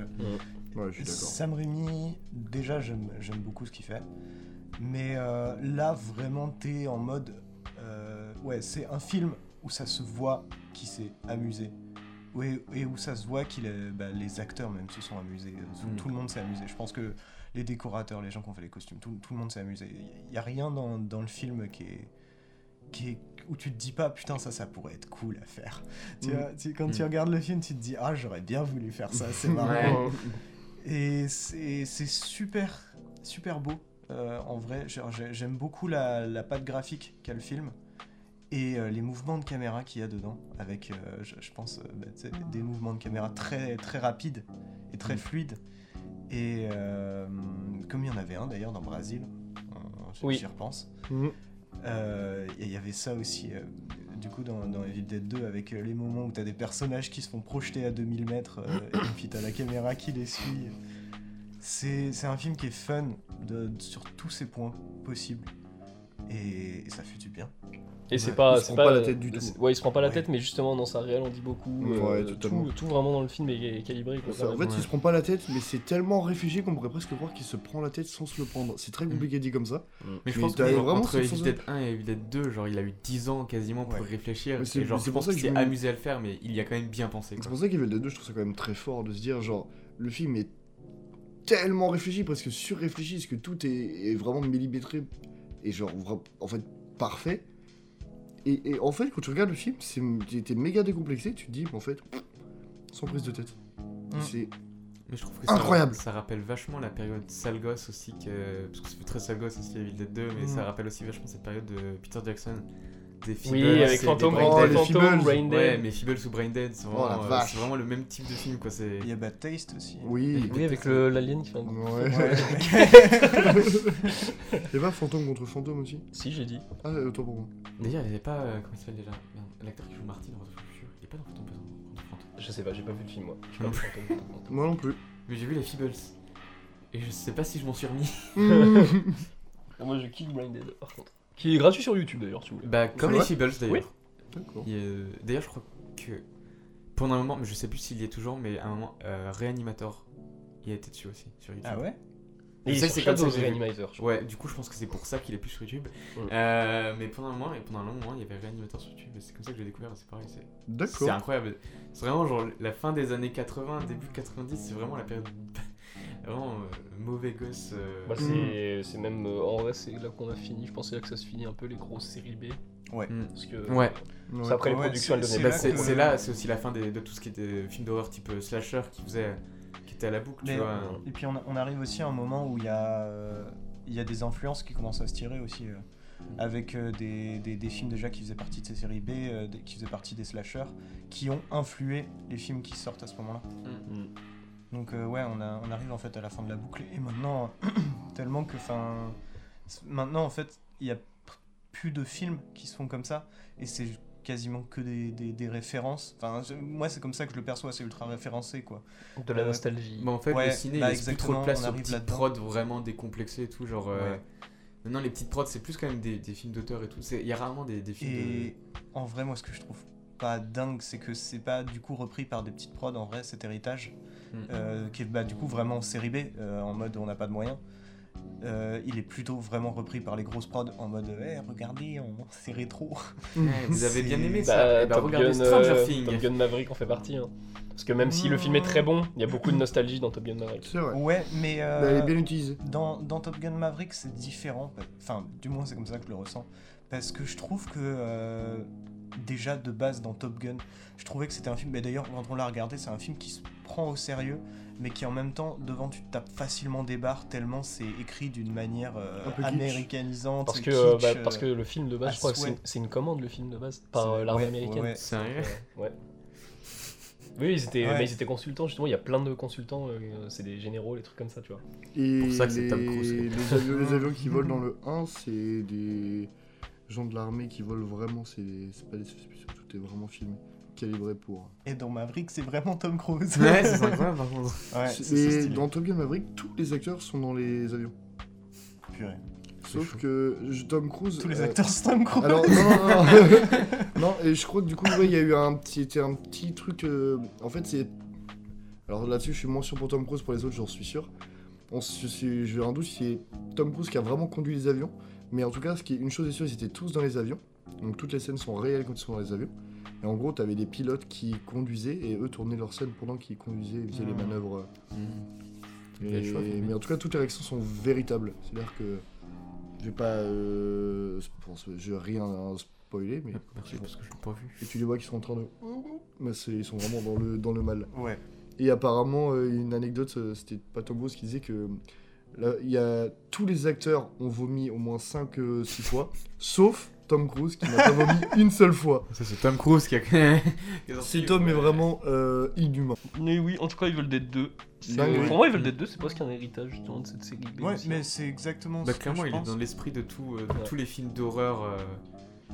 S4: Ouais, je suis d'accord.
S3: Sam Raimi, déjà, j'aime j'aime beaucoup ce qu'il fait. Mais euh, là, vraiment, t'es en mode. euh, ouais, c'est un film où ça se voit qu'il s'est amusé. Ouais, et où ça se voit que les acteurs même se sont amusés. Euh, tout-
S2: Mm.
S3: Tout le monde s'est amusé. Je pense que les décorateurs, les gens qui ont fait les costumes, tout, tout le monde s'est amusé. Il n'y a rien dans, dans le film qui est, qui est- où tu te dis pas, putain, ça, ça pourrait être cool à faire. Tu
S4: Mm.
S3: vois, tu- quand tu
S2: Mm.
S3: regardes le film, tu te dis, ah, j'aurais bien voulu faire ça, c'est marrant.
S2: Ouais.
S3: Et c'est c'est super, super beau. Euh, en vrai, Genre, j'ai- j'aime beaucoup la, la patte graphique qu'a le film et euh, les mouvements de caméra qu'il y a dedans. Avec, euh, je, je pense, euh, bah, tu sais, des mouvements de caméra très, très rapides et très fluides. Et euh, comme il y en avait un d'ailleurs dans Brésil, on-
S5: Oui.
S3: j'y repense.
S5: Mmh.
S4: Mhm.
S3: Euh, et Il y avait ça aussi, euh, du coup, dans, dans Evil Dead 2, avec euh, les moments où t'as des personnages qui se font projeter à 2000 mètres, euh, et puis t'as la caméra qui les suit. C'est c'est un film qui est fun de- sur tous ses points possibles. Et, et ça fait du bien.
S5: Et c'est
S4: Ouais,
S5: pas.
S4: il se
S5: c'est
S4: prend pas la tête du tout.
S5: c'est- Ouais, il se prend pas la
S3: Ouais.
S5: tête, mais justement, dans sa réelle, on dit beaucoup.
S4: Ouais,
S5: euh,
S4: totalement.
S5: tout, tout vraiment dans le film est est calibré. Quoi,
S4: Ça, en
S5: carrément.
S4: fait,
S2: Ouais.
S4: il se prend pas la tête, mais c'est tellement réfléchi qu'on pourrait presque croire qu'il se prend la tête sans se le prendre. C'est très compliqué dit comme ça.
S2: Mais je
S4: Mais
S2: pense que
S4: t'as
S2: genre,
S4: vraiment
S2: entre
S4: ce
S2: Evil
S4: sens-
S2: Dead 1 et Evil Dead 2, genre il a eu 10 ans quasiment pour
S3: Ouais.
S2: réfléchir.
S4: Mais c'est-
S2: Et genre
S4: mais
S2: je
S4: c'est pour
S2: pense
S4: ça
S2: qu'il
S4: que je
S2: s'est
S4: me-
S2: amusé à le faire, mais il y a quand même bien pensé.
S4: C'est
S2: Quoi.
S4: pour ça qu'Evil Dead 2, je trouve ça quand même très fort de se dire, genre, le film est tellement réfléchi, presque surréfléchi, parce que tout est, est vraiment millimétré et genre, vra- en fait, parfait. Et, et en fait, quand tu regardes le film, c'est- t'es t'es méga décomplexé, tu te dis, en fait, sans prise de tête.
S3: Mm.
S4: C'est
S2: Mais je trouve que ça,
S4: Incroyable.
S2: ça rappelle vachement la période sale gosse aussi, que... parce que c'est très sale gosse aussi Evil Dead 2, mais
S3: Mm.
S2: ça rappelle aussi vachement cette période de Peter Jackson. Des
S5: Oui,
S2: Feebles,
S5: avec
S2: c'est
S5: Phantom,
S2: des Brain
S4: les
S2: Dead.
S4: Phantom, Feebles.
S5: Brain Dead.
S2: Ouais, mais Feebles ou Brain Dead, c'est
S4: Oh, la
S2: vraiment, euh,
S4: vache.
S2: c'est vraiment le même type de film quoi. C'est...
S3: Il y a Bad Taste aussi.
S4: oui.
S5: Oui, avec le- l'alien qui fait un coup.
S4: Ouais.
S3: Ouais.
S4: Et pas fantôme contre fantôme aussi
S5: Si, j'ai dit.
S4: Ah, euh, toi pour moi.
S2: D'ailleurs, il n'y avait pas. euh, comment il s'appelle déjà Merde, L'acteur qui joue Martin dans Retour vers le futur, il est pas dans Phantom Phantom, Phantom, Phantom.
S5: Je sais pas, j'ai pas vu le film, moi. Je suis
S2: Non
S5: pas fan.
S4: Moi non plus.
S2: Mais j'ai vu les Feebles. Et je sais pas si je m'en suis remis.
S5: Moi, je kick Brain Dead, par contre. Qui est gratuit sur YouTube, d'ailleurs, si vous voulez.
S2: Bah, comme
S4: C'est
S2: les
S4: vrai
S2: Feebles d'ailleurs.
S4: D'accord.
S2: Il y a- euh, D'ailleurs, je crois que pendant un moment, mais je sais plus s'il y est toujours, mais à un moment, euh, Reanimator, il a été dessus aussi sur YouTube.
S3: Ah ouais
S5: Et
S2: Je sais
S5: c'est
S2: que c'est
S5: c'est
S2: comme ça
S5: Shadow
S2: que
S5: of
S2: j'ai vu.
S5: Reanimator, je
S2: Ouais, du coup, je pense que c'est pour ça qu'il est plus sur YouTube.
S5: Ouais.
S2: Euh, mais pendant un moment, et pendant un long moment, il y avait Reanimator sur YouTube, et c'est comme ça que j'ai découvert, c'est pareil, c'est C'est
S4: D'accord.
S2: incroyable. C'est vraiment genre la fin des années 80, début 90, c'est vraiment la période. vraiment euh, mauvais gosse. euh,
S5: Bah, c'est c'est même euh, en vrai c'est là qu'on a fini. Je pensais là que ça se finit un peu les grosses séries B
S3: Ouais.
S2: Mm.
S5: parce que
S2: Ouais.
S4: Ouais.
S5: parce qu'après les
S3: Ouais,
S5: productions elles
S3: c'est-
S5: devenaient
S2: Bah,
S5: pas
S2: c'est
S3: que-
S2: c'est là, c'est aussi la fin des- de tout ce qui était films d'horreur type euh, slasher qui faisait. qui était à la boucle,
S3: Mais-
S2: tu vois. euh.
S3: Et puis on, a- on arrive aussi à un moment où il y, a, euh, il y a des influences qui commencent à se tirer aussi. euh, avec euh, des, des- des films déjà qui faisaient partie de ces séries B, euh, des- qui faisaient partie des slashers, qui ont influé les films qui sortent à ce moment-là.
S5: Mm.
S3: Donc euh, ouais, on, a- on arrive en fait à la fin de la boucle. Et maintenant, tellement que... 'fin, c'est- Maintenant en fait, il n'y a p- plus de films qui se font comme ça. Et c'est quasiment que des, des- des références. Enfin, moi c'est comme ça que je le perçois, c'est ultra référencé quoi.
S5: de la
S3: Euh,
S5: nostalgie.
S2: Bah, en fait,
S3: Ouais,
S2: le ciné, il
S3: bah,
S2: laisse plus trop
S3: exactement,
S2: de place
S3: on
S2: aux
S3: arrive
S2: petites
S3: là-dedans.
S2: prods vraiment décomplexées et tout. Genre. euh,
S3: Ouais.
S2: Maintenant, les petites prods, c'est plus quand même des, des films d'auteur et tout. c'est- Il y a rarement des, des films
S3: Et en vrai, moi, ce que je trouve pas dingue, c'est que c'est pas du coup repris par des petites prods, en vrai, cet héritage,
S2: Mm.
S3: euh, qui est bah, du coup vraiment en série B, euh, en mode on n'a pas de moyens. Euh, il est plutôt vraiment repris par les grosses prods en mode Eh, regardez, on... c'est rétro.
S2: de. Ouais, vous avez bien aimé
S5: Bah,
S2: ça. Eh bah,
S5: Top
S2: regardez
S5: Gun,
S2: Stranger
S5: euh,
S2: Things.
S5: Top Gun Maverick en fait partie. hein. Parce que même si le
S3: Mm.
S5: film est très bon, il y a beaucoup de nostalgie dans Top Gun Maverick.
S4: C'est vrai.
S3: Ouais, mais euh,
S4: Bah, elle est bien utilisée.
S3: dans, dans Top Gun Maverick, c'est différent. Enfin, du moins, c'est comme ça que je le ressens. Parce que je trouve que, euh, déjà de base, dans Top Gun, je trouvais que c'était un film. Mais d'ailleurs, quand on l'a regardé, c'est un film qui se prend au sérieux, mais qui en même temps, devant, tu te tapes facilement des barres, tellement c'est écrit d'une manière euh,
S4: Un peu kitsch.
S3: américanisante.
S5: Parce que,
S3: kitsch,
S5: euh, bah,
S3: euh,
S5: parce que le film de base,
S3: à
S5: je crois que
S3: souhait.
S5: c'est- c'est une commande le film de base par
S3: C'est-
S5: euh, l'armée
S3: ouais,
S5: américaine.
S3: ouais.
S2: Sérieux
S5: Ouais. Oui, ils étaient,
S3: Ouais.
S5: mais ils étaient consultants, justement. Il y a plein de consultants, euh, c'est des généraux, les trucs comme ça, tu vois.
S4: Et
S2: Pour ça que c'est Tom Cruise.
S4: Les, les avions, les avions qui volent dans le 1, c'est des gens de l'armée qui volent vraiment, c'est c'est pas des effets spéciaux, tout est vraiment filmé, calibré pour.
S3: Et dans Maverick, c'est vraiment Tom Cruise.
S2: Ouais, c'est incroyable par contre.
S3: Ouais, c'est
S4: C'est-
S3: c'est
S4: et
S3: stylé.
S4: dans Top Gun Maverick, tous les acteurs sont dans les avions.
S3: Purée.
S2: Euh,
S4: Sauf
S2: chaud.
S4: que je- Tom Cruise.
S3: Tous les
S4: euh,
S3: acteurs sont Tom Cruise.
S4: Alors, non, non, non, non. Non, et je crois que du coup, ouais, il y a eu un petit, c'était un petit truc. euh, en fait, c'est. Alors là-dessus, je suis moins sûr pour Tom Cruise, pour les autres, j'en suis sûr. On, s- c'est- je vais un doute si c'est Tom Cruise qui a vraiment conduit les avions. Mais en tout cas, ce qui est, une chose est sûre, ils étaient tous dans les avions. Donc toutes les scènes sont réelles quand ils sont dans les avions. Et en gros, t'avais des pilotes qui conduisaient et eux tournaient leurs scènes pendant qu'ils conduisaient et faisaient les
S3: Mhm.
S4: manœuvres. euh,
S2: Hmm, Il y a
S4: et-
S2: le choix, filmé.
S4: mais en tout cas, toutes les réactions sont véritables. C'est-à-dire que je vais pas, euh, je pense- je vais rien spoiler, mais
S2: Merci parce que je l'ai pas vu.
S4: et tu les vois qui sont en train de, mais c'est- ils sont vraiment dans le dans le mal.
S3: Ouais.
S4: Et apparemment, euh, une anecdote, euh, c'était pas Tom Cruise qui disait que là, il y a tous les acteurs ont vomi au moins 5 6 fois, sauf Tom Cruise qui n'a pas vomi une seule fois.
S2: Ça, c'est Tom Cruise qui a.
S4: Cet homme est vraiment euh, inhumain.
S5: Mais oui, en tout cas, ils veulent d'être deux.
S4: Dingue.
S5: Pour moi, ils veulent d'être deux, c'est presque un héritage, justement, de cette série B.
S3: Ouais,
S5: aussi. hein.
S3: mais c'est exactement
S2: Bah,
S3: ce
S2: clairement,
S3: que
S2: il
S3: je
S2: est
S3: pense.
S2: dans l'esprit de, tout, euh, de
S5: Ouais.
S2: tous les films d'horreur euh,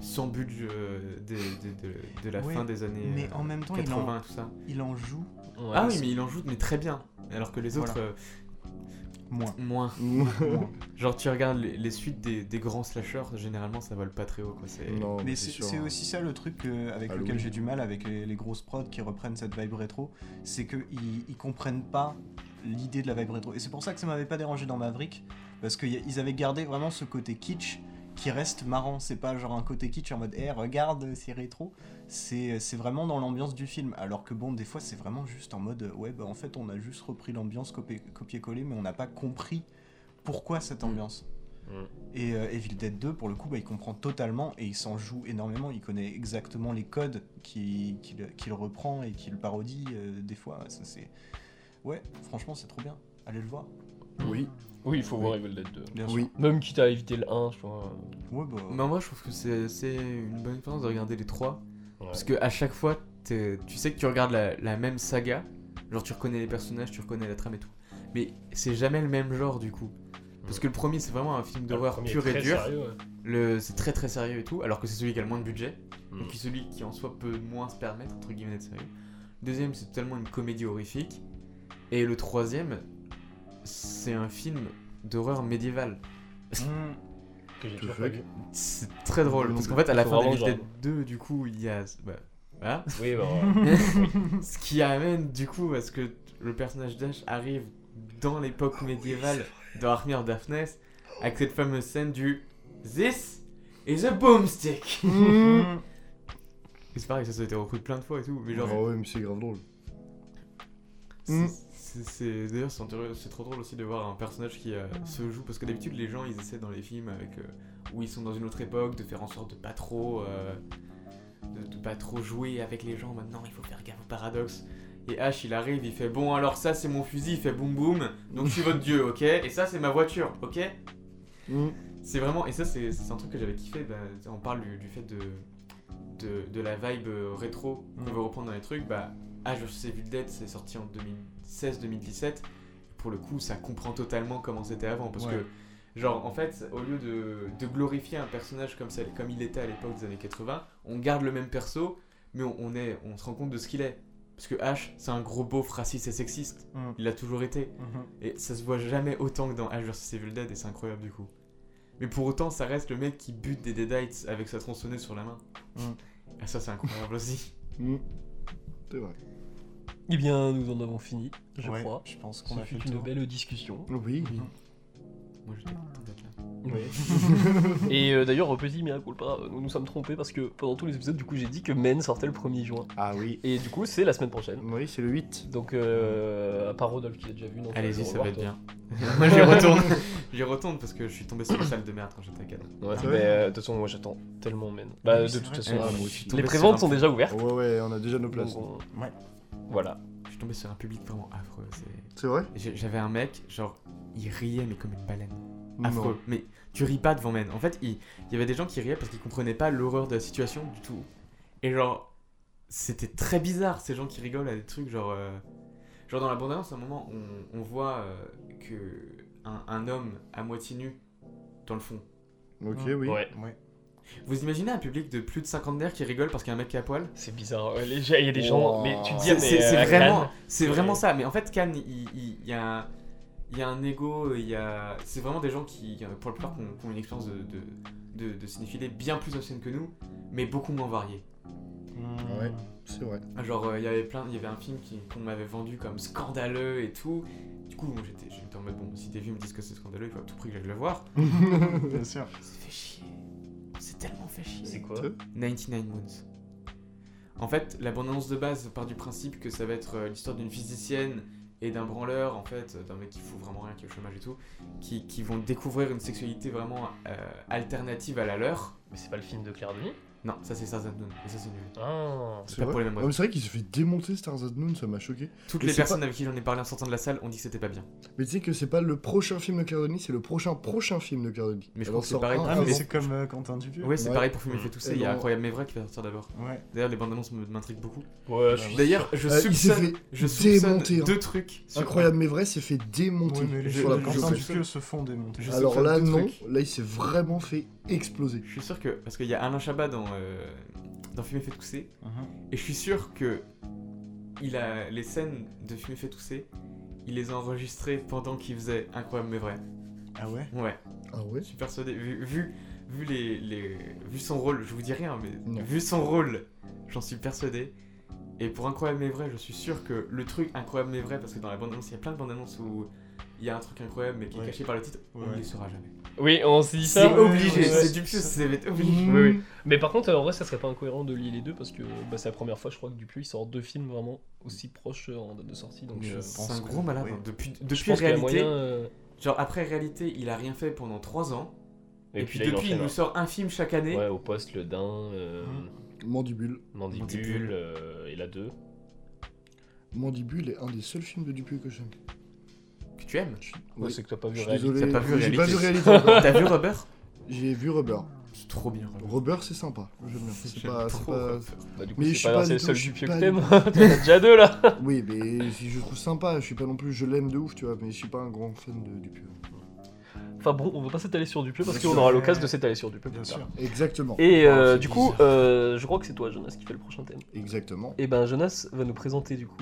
S2: sans budget euh, des- des- de, de la
S3: Ouais,
S2: fin des années
S3: mais
S2: euh,
S3: en même temps, il
S2: 80
S3: en-
S2: et tout ça.
S3: Il en joue
S5: Ouais,
S2: ah oui,
S5: c'est-
S2: mais il en joue, mais très bien. Alors que les autres,
S3: Voilà. moins.
S2: euh, moins.
S3: Moins.
S2: Genre, tu regardes les, les suites des, des grands slashers, généralement, ça vole pas très haut. Quoi. C'est-
S4: non,
S3: Mais c'est
S4: sûr,
S3: c'est
S4: hein.
S3: aussi ça le truc euh, avec
S4: Ah,
S3: lequel
S4: oui.
S3: j'ai du mal avec les, les grosses prods qui reprennent cette vibe rétro, c'est qu'ils ils comprennent pas l'idée de la vibe rétro. Et c'est pour ça que ça m'avait pas dérangé dans Maverick, parce qu'ils avaient gardé vraiment ce côté kitsch qui reste marrant. C'est pas genre un côté kitsch en mode Eh, regarde, c'est rétro. C'est c'est vraiment dans l'ambiance du film. Alors que bon, des fois, c'est vraiment juste en mode Ouais, bah en fait, on a juste repris l'ambiance copié- copier-coller, mais on n'a pas compris pourquoi cette ambiance.
S5: Mm.
S3: Et euh, Evil Dead 2, pour le coup, bah, il comprend totalement et il s'en joue énormément. Il connaît exactement les codes qui- qu'il qu'il reprend et qu'il parodie euh, des fois. Ça, c'est... Ouais, franchement, c'est trop bien. Allez le voir.
S2: Hmm.
S4: Oui,
S5: Oui, il faut voir Evil Dead 2.
S3: Bien
S4: oui.
S5: Même quitte à éviter le 1, je crois. euh,
S3: sûr. Ouais, bah,
S2: Mais en vrai, je trouve que c'est c'est une bonne expérience de regarder les trois.
S5: Ouais.
S2: Parce que à chaque fois, t'es- tu sais que tu regardes la, la même saga, genre tu reconnais les personnages, tu reconnais la trame et tout. Mais c'est jamais le même genre du coup. Parce
S5: Ouais.
S2: que le premier, c'est vraiment un
S5: Ah,
S2: film
S5: Le
S2: d'horreur
S5: premier est
S2: pur et
S5: très
S2: dur.
S5: sérieux, ouais.
S2: Le- C'est très très sérieux et tout, alors que c'est celui qui a le moins de budget.
S5: Mm.
S2: Donc c'est celui qui en soi peut moins se permettre, entre guillemets, d'être sérieux. Le deuxième, c'est totalement une comédie horrifique. Et le troisième, c'est un film d'horreur médiévale.
S3: hmm,
S5: Que j'ai
S4: Tout
S5: toujours
S4: fait.
S5: pas vu.
S2: C'est très drôle,
S4: Non
S2: parce qu'en
S4: plus.
S2: fait, à la
S5: Faut
S2: fin
S5: vraiment
S2: d'Evil Dead
S5: genre.
S2: 2, du coup, il y a. Bah, voilà.
S5: Oui, bah, ouais.
S2: Ce qui amène du coup à ce que le personnage d'Ash arrive dans l'époque médiévale dans Armir Daphnes avec cette fameuse scène du This is a boomstick.
S3: hmm.
S2: Et c'est pareil, ça, ça a été repris plein de fois et tout, mais genre.
S4: Ah ouais, mais c'est grave drôle.
S2: c'est-
S4: Mm.
S2: c'est- c'est- D'ailleurs, c'est entre- c'est trop drôle aussi de voir un personnage qui euh, se joue parce que d'habitude, les gens ils essaient dans les films avec euh, où ils sont dans une autre époque de faire en sorte de pas trop. euh, de, de pas trop jouer avec les gens maintenant, il faut faire gaffe au paradoxe. Et Ash, il arrive, il fait bon, alors ça c'est mon fusil, il fait boum boum, donc je suis votre dieu, ok Et ça c'est ma voiture, ok
S4: Mm.
S2: C'est vraiment, et ça c'est c'est un truc que j'avais kiffé, bah, on parle du, du fait de, de, de la vibe euh, rétro qu'on
S3: Mm.
S2: veut reprendre dans les trucs, bah Ash vs Evil Dead c'est sorti en 2016-2017, pour le coup ça comprend totalement comment c'était avant, parce
S3: Ouais.
S2: que genre en fait au lieu de, de glorifier un personnage comme, ça, comme il était à l'époque des années 80, on garde le même perso, mais on, on est, on se rend compte de ce qu'il est. Parce que Ash, c'est un gros beauf raciste et sexiste.
S3: Hmm,
S2: Il l'a toujours été.
S3: mhm.
S2: Et ça se voit jamais autant que dans Ash vs Evil Dead, et c'est incroyable du coup. Mais pour autant, ça reste le mec qui bute des Deadites avec sa tronçonneuse sur la main. Ah, ça, c'est incroyable aussi.
S4: Mm. C'est vrai.
S5: Eh bien, nous en avons fini, je
S3: Ouais,
S5: crois.
S3: Je pense qu'on
S5: Ce
S3: a fait
S5: fut
S3: le
S5: une
S3: tour.
S5: belle discussion.
S4: Oui.
S2: Moi, j'étais content d'être là.
S5: Et euh, d'ailleurs, euh, petit miracle pas, nous nous sommes trompés parce que pendant tous les épisodes, du coup, j'ai dit que Men sortait le 1er juin.
S4: Ah oui.
S5: Et du coup, c'est la semaine prochaine.
S4: Oui, c'est le 8.
S5: Donc, euh, à part Rodolphe qui l'a déjà vu, donc
S2: Allez-y,
S5: euh,
S2: ça
S5: au
S2: va être
S5: revoir,
S2: bien. Moi, j'y retourne. j'y retourne parce que je suis tombé sur une salle de merde quand j'étais à Cannes.
S5: toi. Ouais,
S4: Ah ouais.
S5: mais, euh, de toute façon, moi j'attends tellement Men. Bah,
S3: Oui,
S5: de
S3: c'est
S5: toute
S3: vrai.
S5: façon,
S4: Ah,
S5: euh,
S4: moi aussi.
S5: les préventes sont déjà ouvertes.
S4: Ouais, ouais, on a déjà nos places.
S5: donc on-
S3: Ouais.
S5: Voilà.
S2: Je suis tombé sur un public vraiment affreux. c'est-
S4: C'est vrai
S2: J'ai- J'avais un mec, genre, il riait mais comme une baleine.
S4: Non.
S2: affreux. Mais tu ris pas devant Men. En fait, il, il y avait des gens qui riaient parce qu'ils comprenaient pas l'horreur de la situation du tout. Et genre, c'était très bizarre ces gens qui rigolent à des trucs genre euh, genre dans la bande annonce à un moment on, on voit euh, que un, un homme à moitié nu dans le fond
S4: Ok,
S3: Ouais.
S4: oui.
S7: Ouais,
S3: Ouais.
S2: vous imaginez un public de plus de 50 d'air qui rigole parce qu'il y a un mec qui est à poil
S1: C'est bizarre. ouais, les gens- Il y a des gens,
S4: Wow.
S1: mais tu te dis,
S2: C'est-
S1: mais
S2: c'est c'est
S1: euh,
S2: vraiment,
S1: Cannes,
S2: c'est
S1: c'est-
S2: vraiment ça. Mais en fait, Cannes, il, il- il y a, un- il y a un ego, il y a, c'est vraiment des gens qui, pour la plupart, qui ont, qui ont une expérience de, de, de, de cinéphilé bien plus ancienne que nous, mais beaucoup moins variée.
S4: Ouais. C'est vrai.
S2: Genre, euh, il y avait plein, il y avait un film qui- qu'on m'avait vendu comme scandaleux et tout. Du coup, moi, j'étais, j'étais en mode bon, si des vieux me disent que c'est scandaleux, il faut à tout prix que j'aille le voir.
S3: Bien sûr.
S2: C'est fait chier. C'est tellement fait
S1: C'est
S2: chier.
S1: quoi
S2: 99 Moons. En fait, la bande-annonce de base part du principe que ça va être euh, l'histoire d'une physicienne et d'un branleur, en fait, euh, d'un mec qui fout vraiment rien, qui est au chômage et tout, qui, qui vont découvrir une sexualité vraiment euh, alternative à la leur.
S1: Mais c'est pas le film de Claire Denis
S2: Non, ça c'est Sarzan Noon, et ça c'est nul.
S1: Ah.
S2: C'est pas pour les mêmes
S4: Ouais,
S2: raisons.
S4: mais c'est vrai qu'il s'est fait démonter Stars at Noon, ça m'a choqué.
S2: Toutes
S4: mais
S2: les
S4: c'est
S2: personnes avec qui j'en ai parlé en sortant de la salle ont dit que c'était pas bien.
S4: Mais tu sais que c'est pas le prochain film de Claire Denis, c'est le prochain prochain film de Claire Denis.
S2: Mais je
S4: Elle en
S2: crois que c'est
S4: sort
S2: pareil
S4: un
S2: pour
S3: Ah,
S2: Ah,
S3: mais
S2: bon.
S4: avant.
S3: c'est comme euh, Quentin Dupieux.
S2: Ouais, c'est
S4: Ouais.
S2: pareil pour Fumer fait tout ça, il y a
S4: non.
S2: Incroyable mais vrai qui va sortir d'abord.
S3: Ouais.
S2: D'ailleurs, les bandes annonces me- m'intriguent beaucoup.
S1: Ouais, je suis-
S2: D'ailleurs, je
S4: Euh, il s'est
S2: soupçonne,
S4: fait
S2: je soupçonne
S4: démonter, hein.
S2: deux trucs. sur-
S4: Incroyable mais vrai, s'est fait démonter.
S3: Ouais, mais les
S2: Je-
S3: gens de
S2: je-
S3: Quentin
S2: je-
S3: Dupieux se font démonter.
S2: je-
S4: Alors
S2: soupçonne
S4: là,
S2: deux
S4: non,
S2: trucs.
S4: là il s'est vraiment fait exploser.
S2: Je suis sûr que. Parce qu'il y a Alain Chabat dans, euh, dans Fumer fait tousser.
S3: Mhm.
S2: Et je suis sûr que. Il a les scènes de Fumer fait tousser. Il les a enregistrées pendant qu'il faisait Incroyable mais vrai.
S3: Ah ouais
S2: Ouais,
S4: Ah ouais
S2: je suis persuadé. Vu, vu, vu les, les- vu son rôle, je vous dis rien, mais
S4: Non.
S2: vu son rôle, j'en suis persuadé. Et pour Incroyable mais vrai, je suis sûr que le truc Incroyable mais vrai, parce que dans la bande-annonce, il y a plein de bandes-annonces où il y a un truc incroyable mais qui
S3: Ouais.
S2: est caché par le titre, on ne
S3: Ouais.
S2: le saura jamais.
S1: Oui, on se dit
S2: C'est
S1: ça.
S3: ouais, ouais,
S2: obligé,
S3: ouais,
S2: c'est
S3: ouais.
S2: du plus, c'est obligé.
S1: Oui, oui. Mais par contre, euh, en vrai, ça serait pas incohérent de lier les deux parce que bah, c'est la première fois, je crois, que Dupieux il sort deux films vraiment aussi proches euh, en date de sortie. Donc, euh,
S2: C'est un
S3: pense
S2: gros
S3: que-
S2: malade.
S3: oui.
S2: hein. Depuis,
S1: je
S2: depuis
S1: pense qu'il y a
S2: réalité,
S1: moyen. euh,
S2: genre après réalité, il a rien fait pendant 3 ans. Et, puis,
S1: là, il
S2: depuis, il,
S1: enchaîne,
S2: nous sort un film chaque année.
S1: hein. Ouais, au poste, le Dain, euh,
S3: Mhm.
S4: Mandibule.
S1: Mandibule,
S2: Mandibule.
S1: euh, et la 2.
S4: Mandibule est un des seuls films de Dupieux que j'aime.
S2: Que tu aimes.
S4: Ouais,
S1: c'est que t'as pas
S4: je
S1: vu
S4: suis
S1: réalité.
S4: désolé,
S2: t'as pas vu
S4: j'ai pas vu
S2: Réalité.
S4: réalité. encore.
S2: T'as vu Robert
S4: J'ai vu Rubber.
S2: C'est trop bien. Robert.
S4: Rubber c'est sympa, j'aime bien. C'est
S2: J'aime
S4: pas,
S2: trop
S4: c'est pas-
S2: Robert.
S1: Bah, du coup,
S4: Mais je
S1: c'est
S4: suis
S1: pas,
S4: pas
S1: c'est le
S4: du
S1: seul
S4: tout- je suis
S1: Dupieux que
S4: pas
S1: t'aimes.
S4: du
S1: T'en as déjà deux là.
S4: Oui, mais si je trouve sympa, je suis pas non plus, je l'aime de ouf, tu vois, mais je suis pas un grand fan de Dupieux.
S1: Enfin bon, on va pas s'étaler sur Dupieux parce
S3: Bien
S1: qu'on
S3: sûr.
S1: aura l'occasion de s'étaler sur Dupieux
S3: Bien
S1: plus tard.
S3: sûr.
S4: Exactement.
S1: Et euh,
S2: Oh, c'est
S1: du coup,
S2: bizarre.
S1: euh, je crois que c'est toi, Jonas, qui fait le prochain thème.
S4: Exactement.
S1: Et ben, Jonas va nous présenter du coup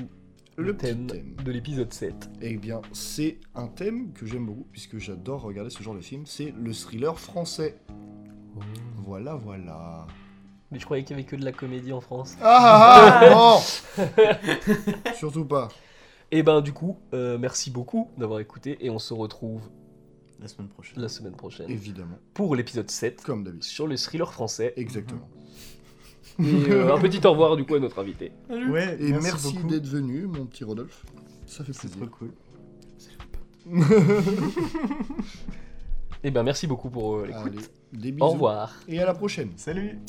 S1: le,
S4: Le petit
S1: thème,
S4: thème.
S1: de l'épisode 7.
S4: Eh bien, c'est un thème que j'aime beaucoup, puisque j'adore regarder ce genre de film, c'est le thriller français.
S1: Oh.
S4: Voilà, voilà.
S1: Mais je croyais qu'il y avait que de la comédie en France.
S4: Ah, ah, ah, non Surtout pas.
S1: Et ben, du coup, euh, merci beaucoup d'avoir écouté et on se retrouve
S3: La semaine prochaine.
S1: la semaine prochaine
S4: Évidemment,
S1: pour l'épisode 7
S4: comme d'habitude.
S1: sur le thriller français.
S4: Exactement.
S1: Mhm. Et euh, un petit au revoir du coup à notre invité.
S3: Ouais,
S4: Et merci,
S3: beaucoup.
S4: d'être venu, mon petit Rodolphe. Ça fait
S3: C'est
S4: plaisir.
S3: trop cool.
S1: Et ben, merci beaucoup pour euh, l'écoute.
S4: Allez, des bisous.
S1: Au revoir.
S4: Et à la prochaine.
S3: Salut